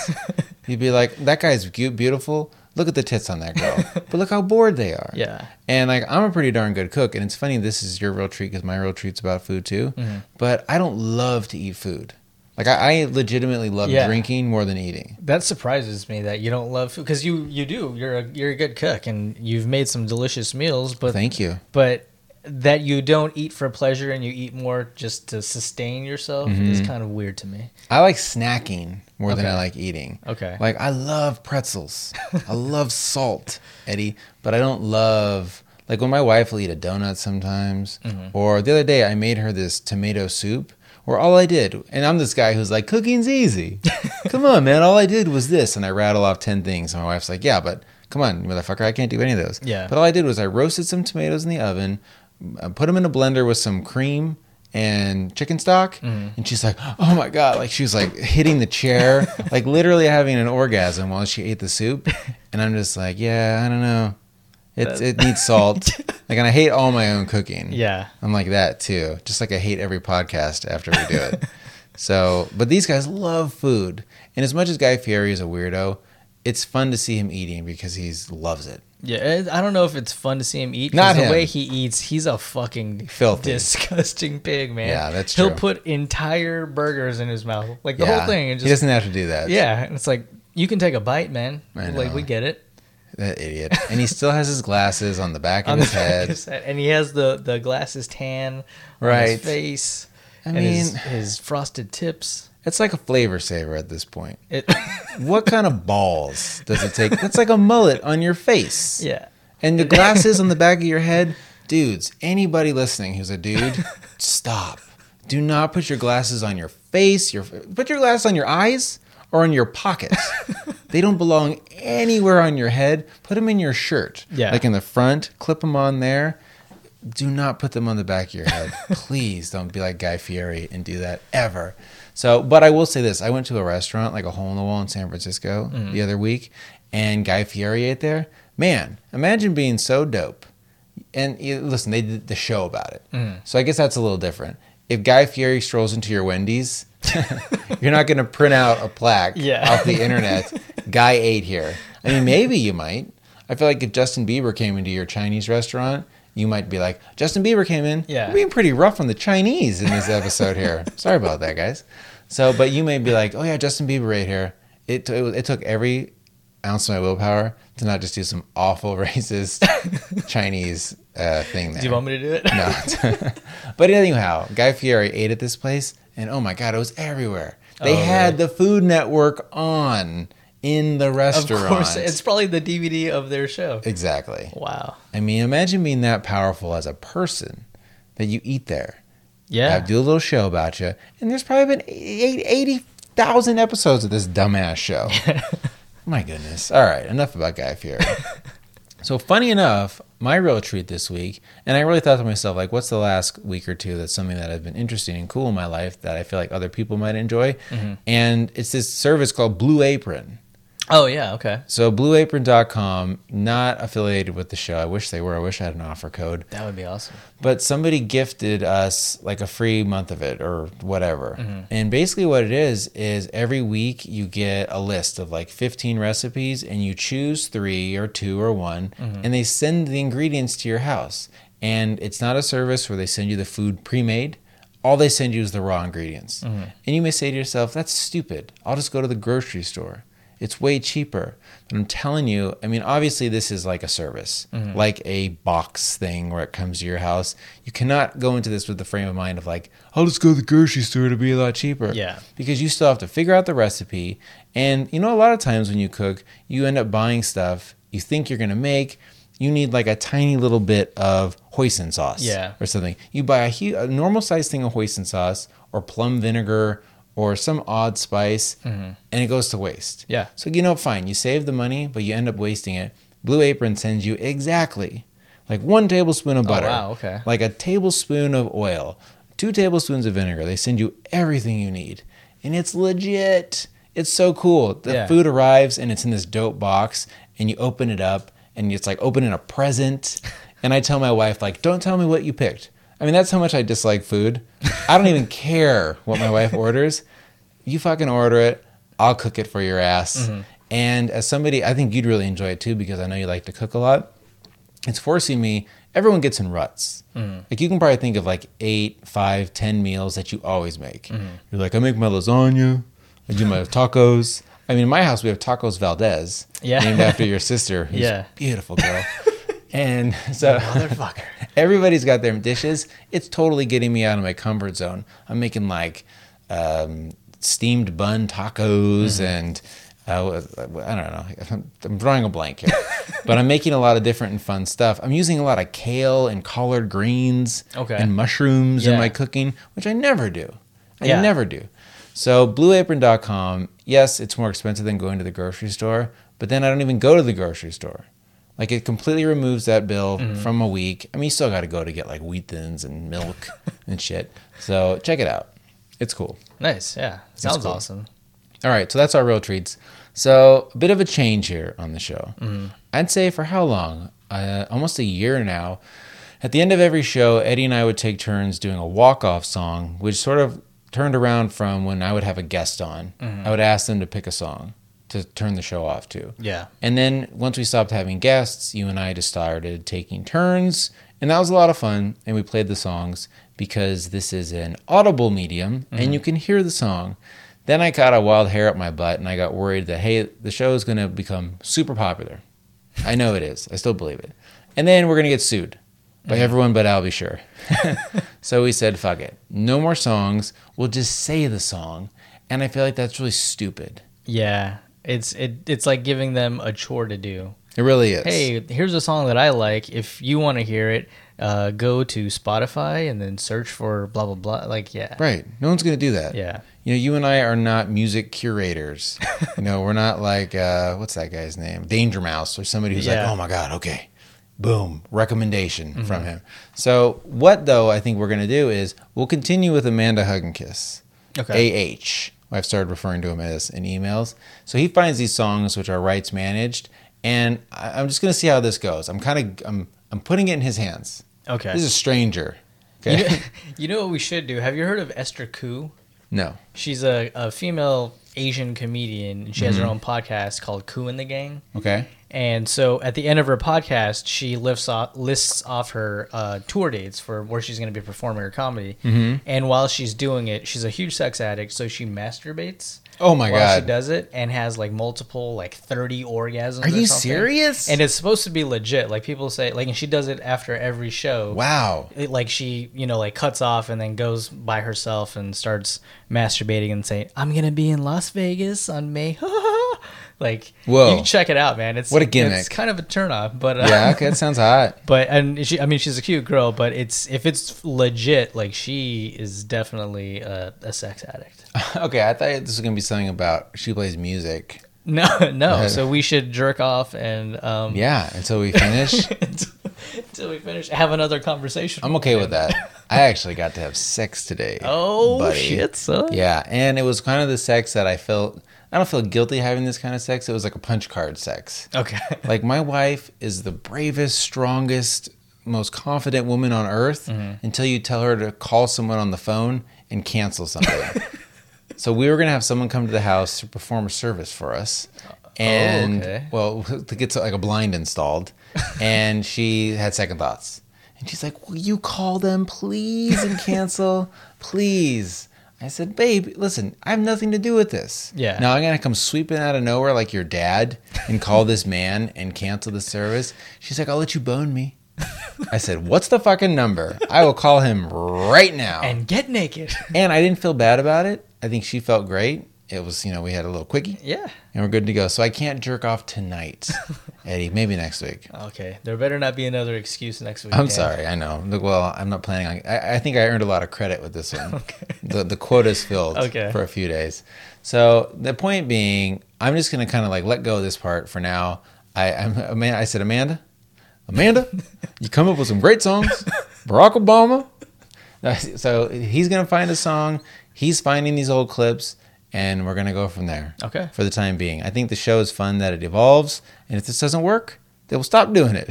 S1: You'd be like, that guy's cute, beautiful. Look at the tits on that girl. but look how bored they are.
S2: Yeah.
S1: And like, I'm a pretty darn good cook. And it's funny, this is your real treat because my real treat's about food too.
S2: Mm-hmm.
S1: But I don't love to eat food. Like, I, I legitimately love
S2: Yeah.
S1: drinking more than eating.
S2: That surprises me that you don't love food because you you do. You're a you're a good cook and you've made some delicious meals, but
S1: Thank you.
S2: but that you don't eat for pleasure and you eat more just to sustain yourself
S1: Mm-hmm.
S2: is kind of weird to me.
S1: I like snacking more than I
S2: Okay.
S1: like eating.
S2: Okay.
S1: Like I love pretzels. I love salt, Eddie, but I don't love like when my wife will eat a donut sometimes.
S2: Mm-hmm.
S1: Or the other day I made her this tomato soup where all I did and I'm this guy who's like cooking's easy. come on, man, all I did was this and I rattle off 10 things and my wife's like, "Yeah, but come on, motherfucker, I can't do any of those."
S2: Yeah.
S1: But all I did was I roasted some tomatoes in the oven, I put them in a blender with some cream and chicken stock,
S2: Mm-hmm.
S1: and she's like, "Oh my god!" Like she was like hitting the chair, like literally having an orgasm while she ate the soup. And I'm just like, "Yeah, I don't know. It it needs salt." like, and I hate all my own cooking.
S2: Yeah.
S1: I'm like that too. Just like I hate every podcast after we do it. so, but these guys love food, and as much as Guy Fieri is a weirdo, it's fun to see him eating because he loves it.
S2: Yeah, I I don't know if it's fun to see him eat. 'cause
S1: Not
S2: the
S1: him.
S2: way he eats, he's a fucking
S1: Filthy.
S2: disgusting pig, man.
S1: Yeah, that's
S2: He'll
S1: true.
S2: put entire burgers in his mouth, like the
S1: Yeah.
S2: whole thing, and
S1: he
S2: just
S1: doesn't have to do that.
S2: yeah. And it's like you can take a bite, man.
S1: I
S2: Like
S1: know.
S2: we get it.
S1: That idiot. And he still has his glasses on the back of
S2: on the
S1: his
S2: back of
S1: head.
S2: his head. And he has the, the glasses tan on
S1: Right.
S2: his face.
S1: I
S2: and his,
S1: mean-
S2: his frosted tips.
S1: It's like a flavor saver at this point.
S2: It,
S1: What kind of balls does it take? That's like a mullet on your face.
S2: yeah.
S1: And the glasses on the back of your head. Dudes, anybody listening who's a dude, stop. Do not put your glasses on your face. Your put your glasses on your eyes or on your pockets. they don't belong anywhere on your head, put them in your shirt.
S2: Yeah.
S1: Like in the front, clip them on there. Do not put them on the back of your head. Please don't be like Guy Fieri and do that ever. So, but I will say this I went to a restaurant, like a hole in the wall in San Francisco the other week, and Guy Fieri ate there. Man, imagine being so dope and you, listen, they did the show about it. So I guess that's a little different. If Guy Fieri strolls into your Wendy's, you're not going to print out a plaque
S2: Yeah.
S1: off the internet. Guy ate here. I mean, maybe you might. I feel like if Justin Bieber came into your Chinese restaurant, you might be like, Justin Bieber came in.
S2: Yeah.
S1: We're being pretty rough on the Chinese in this episode here. Sorry about that, guys. So, but you may be like, oh yeah, Justin Bieber right here. It, it, it took every ounce of my willpower to not just do some awful racist Chinese uh, thing there.
S2: Do you want me to do it?
S1: No. but anyhow, Guy Fieri ate at this place, and oh my god, it was everywhere. They
S2: Oh,
S1: had the Food Network on in the
S2: of
S1: restaurant.
S2: course, it's probably the DVD of their show.
S1: exactly.
S2: Wow.
S1: I mean, imagine being that powerful as a person that you eat there.
S2: Yeah.
S1: Have, do a little show about you, and there's probably been eight- 80,000 episodes of this dumbass show. My goodness. All right, enough about Guy Fieri. so funny enough, my real treat this week, and I really thought to myself, like, what's the last week or two that's something that I've been interesting and cool in my life that I feel like other people might enjoy? And it's this service called Blue Apron.
S2: oh yeah. Okay.
S1: So blueapron.com, not affiliated with the show. I wish they were. I wish I had an offer code
S2: That would be awesome.
S1: but somebody gifted us like a free month of it or whatever. And basically, what it is is every week you get a list of like 15 recipes and you choose three or two or one, and they send the ingredients to your house. And it's not a service where they send you the food pre made. All they send you is the raw ingredients.
S2: Mm-hmm.
S1: And you may say to yourself, that's stupid. I'll just go to the grocery store. It's way cheaper. But I'm telling you, I mean, obviously, this is like a service,
S2: Mm-hmm.
S1: like a box thing where it comes to your house. You cannot go into this with the frame of mind of like, I'll just go to the grocery store to be a lot cheaper.
S2: Yeah.
S1: Because you still have to figure out the recipe. And, you know, a lot of times when you cook, you end up buying stuff you think you're going to make. You need like a tiny little bit of hoisin sauce
S2: Yeah.
S1: or something. You buy a, hu- a normal sized thing of hoisin sauce or plum vinegar or some odd spice and it goes to waste.
S2: Mm-hmm. Yeah.
S1: So, you know, fine, you save the money, but you end up wasting it. Blue Apron sends you exactly like one tablespoon of butter,
S2: Oh, wow, okay.
S1: like a tablespoon of oil, two tablespoons of vinegar. They send you everything you need. And it's legit. It's so cool. The
S2: Yeah.
S1: food arrives and it's in this dope box, and you open it up, and it's like opening a present. And I tell my wife, like, don't tell me what you picked. I mean, that's how much I dislike food. I don't even care what my wife orders. You fucking order it. I'll cook it for your ass.
S2: Mm-hmm.
S1: And as somebody, I think you'd really enjoy it too because I know you like to cook a lot it's forcing me everyone gets in ruts
S2: Mm-hmm.
S1: like you can probably think of like eight five ten meals that you always make
S2: Mm-hmm.
S1: you're like i make my lasagna i do my tacos i mean in my house we have tacos valdez
S2: Yeah.
S1: named after your sister who's
S2: Yeah.
S1: beautiful girl and so
S2: Motherfucker.
S1: everybody's got their dishes. It's totally getting me out of my comfort zone. I'm making like um, steamed bun tacos
S2: Mm-hmm.
S1: and uh, I don't know. I'm, I'm drawing a blank here, but I'm making a lot of different and fun stuff. I'm using a lot of kale and collard greens
S2: Okay.
S1: and mushrooms in
S2: Yeah.
S1: my cooking, which I never do. I
S2: Yeah.
S1: never do. So blueapron.com, yes, it's more expensive than going to the grocery store, but then I don't even go to the grocery store. Like it completely removes that bill from a week. I mean, you still got to go to get like wheat thins and milk and shit. So check it out. It's cool.
S2: Nice. Yeah. Sounds
S1: cool.
S2: awesome.
S1: All right, so that's our real treats. So a bit of a change here on the show. I'd say for how long? Uh, almost a year now. At the end of every show, Eddie and I would take turns doing a walk-off song, which sort of turned around from when I would have a guest on. I would ask them to pick a song to turn the show off to.
S2: Yeah.
S1: And then once we stopped having guests, you and I just started taking turns. And that was a lot of fun. And we played the songs because this is an audible medium and you can hear the song. Then I caught a wild hair up my butt and I got worried that, hey, the show is going to become super popular. I know it is. I still believe it. And then we're going to get sued by everyone but I'll be sure. so we said, fuck it. No more songs. We'll just say the song. And I feel like that's really stupid.
S2: Yeah. It's it, it's like giving them a chore to do.
S1: It really is.
S2: Hey, here's a song that I like. If you want to hear it, uh, go to Spotify and then search for blah blah blah. Like yeah.
S1: Right. No one's going to do that.
S2: Yeah.
S1: You you know, you and I are not music curators. you know, we're not like uh, what's that guy's name, Danger Mouse, or somebody who's like,
S2: Yeah. Mm-hmm.
S1: oh my god, okay, boom, recommendation from him. So what though? I think we're gonna do is we'll continue with Amanda Hugginkiss.
S2: Okay.
S1: AH. I've started referring to him as in emails. So he finds these songs which are rights managed, and I, I'm just gonna see how this goes. I'm kind of I'm I'm putting it in his hands.
S2: Okay.
S1: This is a stranger.
S2: You
S1: Okay.
S2: know, you know what we should do? Have you heard of Esther Koo?
S1: no.
S2: She's a, a female Asian comedian, and she has her
S1: Mm-hmm.
S2: own podcast called Koo in the Gang.
S1: Okay.
S2: And so at the end of her podcast, she lifts off, lists off her uh, tour dates for where she's going to be performing her comedy.
S1: Mm-hmm.
S2: And while she's doing it, she's a huge sex addict, so she masturbates.
S1: Oh my
S2: while
S1: god.
S2: she does it and has like multiple like 30 orgasms
S1: Are
S2: or
S1: you
S2: something.
S1: serious?
S2: and it's supposed to be legit like people say like and she does it after every show
S1: wow.
S2: it, like she you know like cuts off and then goes by herself and starts masturbating and saying i'm gonna be in las vegas on may like
S1: Whoa.
S2: you can check it out man it's
S1: What a gimmick.
S2: it's kind of a turnoff but uh,
S1: Yeah. Okay. That sounds hot.
S2: but and she i mean she's a cute girl but it's if it's legit like she is definitely a, a sex addict
S1: Okay. I thought this was gonna be something about she plays music.
S2: no no
S1: Right.
S2: so we should jerk off and um
S1: Yeah. Until we finish.
S2: until we finish have another conversation
S1: I'm okay with that. I actually got to have sex today.
S2: oh
S1: buddy.
S2: shit son
S1: Yeah, and it was kind of the sex that I felt. I don't feel guilty having this kind of sex. It was like a punch card sex.
S2: okay
S1: Like my wife is the bravest, strongest, most confident woman on earth until you tell her to call someone on the phone and cancel something. so we were gonna have someone come to the house to perform a service for us, and
S2: okay.
S1: well, to get like a blind installed, and she had second thoughts, and she's like, "Will you call them, please, and cancel, please?" I said, "Babe, listen, I have nothing to do with this.
S2: Yeah.
S1: now I'm gonna come sweeping out of nowhere like your dad and call this man and cancel the service." She's like, "I'll let you bone me." I said, "What's the fucking number? I will call him right now."
S2: and get naked
S1: And I didn't feel bad about it. I think she felt great. It was, you know, we had a little quickie
S2: yeah
S1: and we're good to go. So I can't jerk off tonight, Eddie. Maybe next week.
S2: Okay, there better not be another excuse next week.
S1: I'm
S2: Dan.
S1: sorry. I know. Look, Well, I'm not planning on. I, I think I earned a lot of credit with this one. okay. The the quota's filled
S2: Okay.
S1: for a few days. So the point being, I'm just gonna kind of like let go of this part for now. I I'm, Amanda, I said Amanda, Amanda, you come up with some great songs. Barack Obama. No, So he's gonna find a song. He's finding these old clips, and we're gonna go from there.
S2: Okay.
S1: For the time being, I think the show is fun that it evolves, and if this doesn't work, they will stop doing it.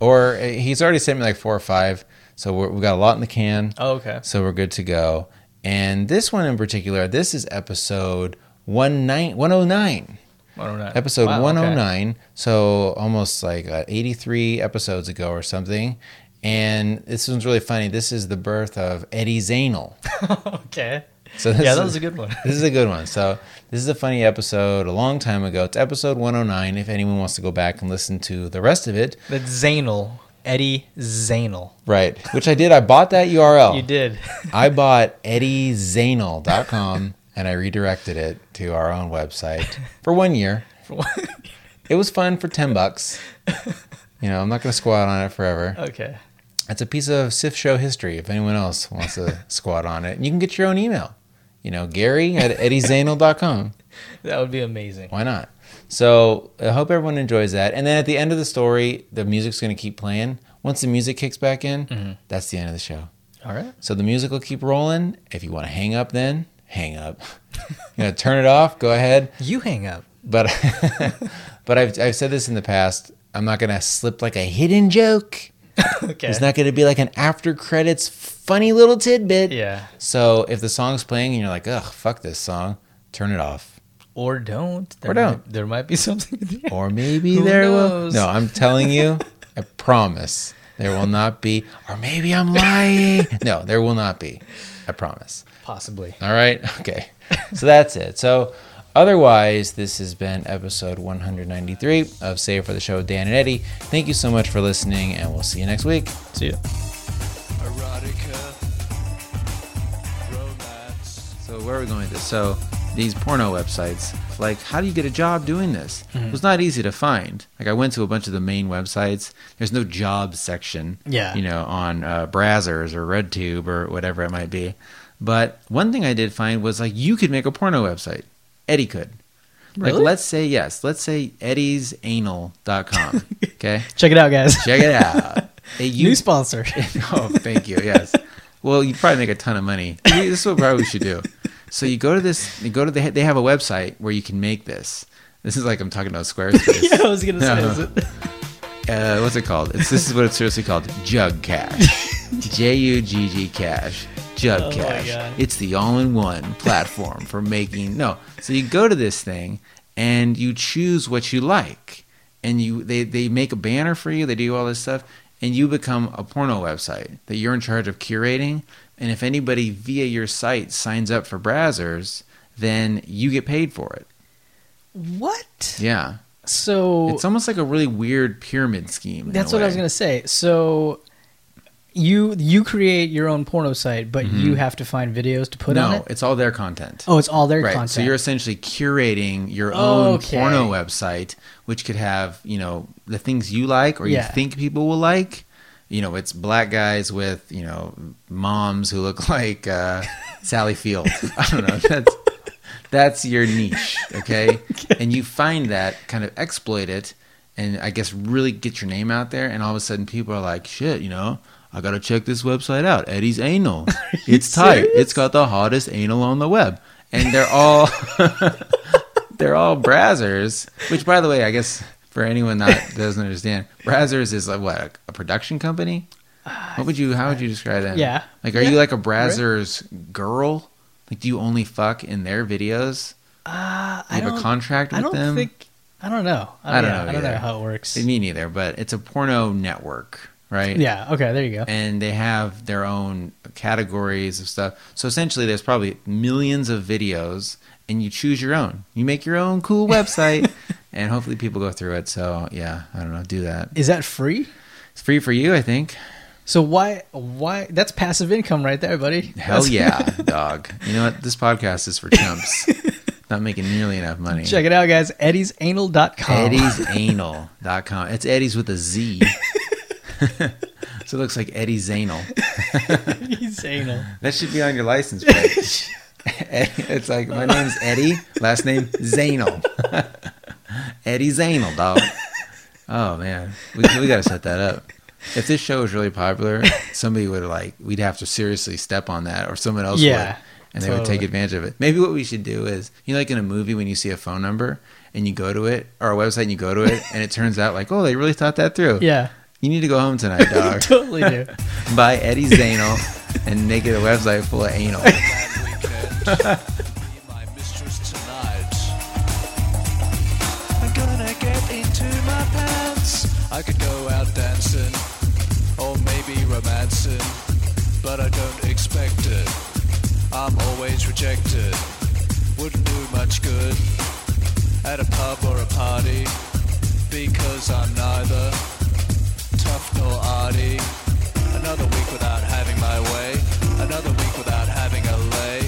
S1: or uh, he's already sent me like four or five, so we're, we got a lot in the can.
S2: Oh, okay.
S1: So we're good to go. And this one in particular, this is episode one nine one oh nine
S2: Why don't I-
S1: episode
S2: Wow, okay.
S1: 109 so almost like uh, 83 episodes ago or something and this one's really funny this is the birth of eddie zanel
S2: Okay.
S1: so this
S2: Yeah, that
S1: is-
S2: was a good one.
S1: this is a good one so this is a funny episode a long time ago it's episode 109 if anyone wants to go back and listen to the rest of it
S2: That's Zanel. Eddie Zanel.
S1: right which i did i bought that url
S2: You did.
S1: Oh. I bought eddiezanel.com and I redirected it to our own website for one year.
S2: For one-
S1: It was fun for 10 bucks. You know, I'm not going to squat on it forever.
S2: okay.
S1: It's a piece of SIF show history if anyone else wants to squat on it. And you can get your own email. You know, Gary at eddiezanel.com.
S2: That would be amazing.
S1: Why not? So I hope everyone enjoys that. And then at the end of the story, the music's going to keep playing. Once the music kicks back in, that's the end of the show.
S2: Mm-hmm. All right.
S1: So the music will keep rolling. If you want to hang up, then hang up. you know, turn it off. Go ahead.
S2: You hang up.
S1: But but I've I've said this in the past. I'm not gonna slip like a hidden joke.
S2: Okay.
S1: It's not gonna be like an after credits funny little tidbit.
S2: yeah.
S1: So if the song's playing and you're like, ugh, fuck this song, turn it off.
S2: Or don't. There
S1: Or don't.
S2: Might, there might be something. In the end.
S1: Or maybe
S2: Who
S1: there
S2: knows?
S1: will. No, I'm telling you, I promise there will not be. Or maybe I'm lying. no, there will not be. I promise.
S2: Possibly.
S1: All right. Okay. So that's it. So otherwise, this has been episode 193 of Save for the Show with Dan and Eddie. Thank you so much for listening, and we'll see you next week.
S2: See ya.
S4: erotica, romance.
S1: So where are we going with this? So these porno websites, like how do you get a job doing this?
S2: Mm-hmm.
S1: It was not easy to find. Like I went to a bunch of the main websites. There's no job section.
S2: Yeah.
S1: You know, on uh, Brazzers or RedTube or whatever it might be. But one thing I did find was like you could make a porno website. Eddie could. Like
S2: Really?
S1: let's say yes, let's say eddie'sanal.com. okay?
S2: Check it out, guys.
S1: Check it out. Hey, you-
S2: New sponsor.
S1: oh, thank you. Yes. Well, you probably make a ton of money. This is what probably we should do. So you go to this, you go to the, they have a website where you can make this. This is like I'm talking about Squarespace.
S2: yeah, I was gonna say.
S1: No.
S2: is it-
S1: uh, what's it called? It's, this is what it's seriously called. Jug Cash. J U G G Cash. Jug
S2: Oh my
S1: Cash.
S2: God.
S1: It's the all-in-one platform for making no. So you go to this thing and you choose what you like, and you they they make a banner for you. They do all this stuff, and you become a porno website that you're in charge of curating. And if anybody via your site signs up for Brazzers, then you get paid for it.
S2: What?
S1: Yeah,
S2: So
S1: it's almost like a really weird pyramid scheme. in a
S2: That's what I was
S1: way.
S2: gonna say. So you you create your own porno site, but you have to find videos to put on
S1: Mm-hmm. No,
S2: it.
S1: it's all their content.
S2: Oh, it's all their
S1: right.
S2: content.
S1: So you're essentially curating your own
S2: Okay.
S1: porno website, which could have, you know, the things you like or
S2: Yeah.
S1: you think people will like. You know, it's black guys with, you know, moms who look like uh, Sally Field. I don't know. That's that's your niche, okay? And you find that, kind of exploit it, and I guess really get your name out there. And all of a sudden, people are like, shit, you know, I gotta check this website out. Eddie's anal. It's tight. It's got the hottest anal on the web. And they're all they're all Brazzers. Which, by the way, I guess for anyone not doesn't understand, Brazzers is like what a, a production company. What would you? How would you describe that?
S2: Uh, Yeah.
S1: Like, are you like a Brazzers girl? Like, do you only fuck in their videos?
S2: uh,
S1: You
S2: I
S1: have
S2: don't.
S1: a contract with
S2: I don't
S1: them.
S2: think. I don't know.
S1: I don't
S2: yeah,
S1: know
S2: I don't know
S1: either.
S2: how it works.
S1: Me neither. But it's a porno network, right?
S2: yeah. Okay. There you go.
S1: and they have their own categories of stuff. So essentially, there's probably millions of videos, and you choose your own. You make your own cool website, and hopefully, people go through it. So yeah, I don't know. Do that.
S2: Is that free?
S1: It's free for you, I think.
S2: So why why that's passive income right there, buddy?
S1: Hell
S2: That's-
S1: yeah, dog. You know what? This podcast is for chumps. Not making nearly enough money.
S2: Check it out, guys. Eddie'sanal.com.
S1: Eddie'sAnal.com. It's Eddie's with a Z. so it looks like Eddie's anal.
S2: Eddie's anal.
S1: That should be on your license plate. it's like my name's Eddie, last name Zanel. Eddie Zanel, dog. Oh man, we, we gotta set that up. If this show was really popular, somebody would like we'd have to seriously step on that, or someone else would,
S2: Yeah,
S1: and they would take
S2: totally.
S1: advantage of it. Maybe what we should do is you know, like in a movie when you see a phone number and you go to it or a website and you go to it, and it turns out like, oh, they really thought that through.
S2: Yeah.
S1: you need to go home tonight, dog
S2: Totally do.
S1: buy Eddie's anal and make it a website full of anal.
S4: Weekend. Be my mistress tonight. I'm gonna get into my pants. I could go out dancing, or maybe romancing, but I don't expect it. I'm always rejected. Wouldn't do much good at a pub or a party because I'm neither tough nor arty. Another week without having my way. Another week without having a lay.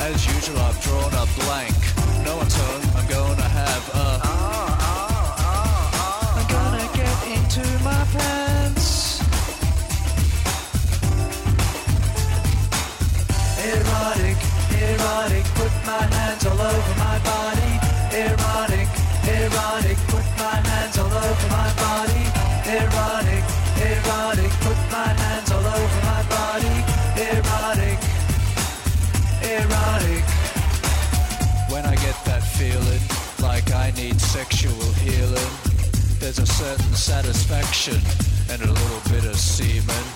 S4: As usual, I've drawn a blank. No one's home. I'm gonna have a. I'm gonna get into my pants. Erotic, erotic, put my hands all over my body. Erotic, erotic, put my hands all over my body. Erotic, erotic, put my hands all over my body. Erotic, erotic. When I get that feeling like I need sexual healing, there's a certain satisfaction and a little bit of semen.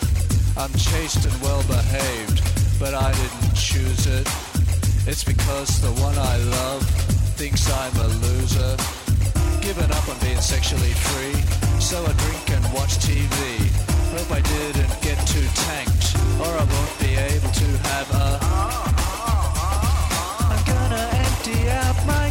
S4: I'm chaste and well behaved, but I didn't choose it. It's because the one I love thinks I'm a loser. Given up on being sexually free, so I drink and watch TV. Hope I didn't get too tanked, or I won't be able to have a. I'm gonna empty out my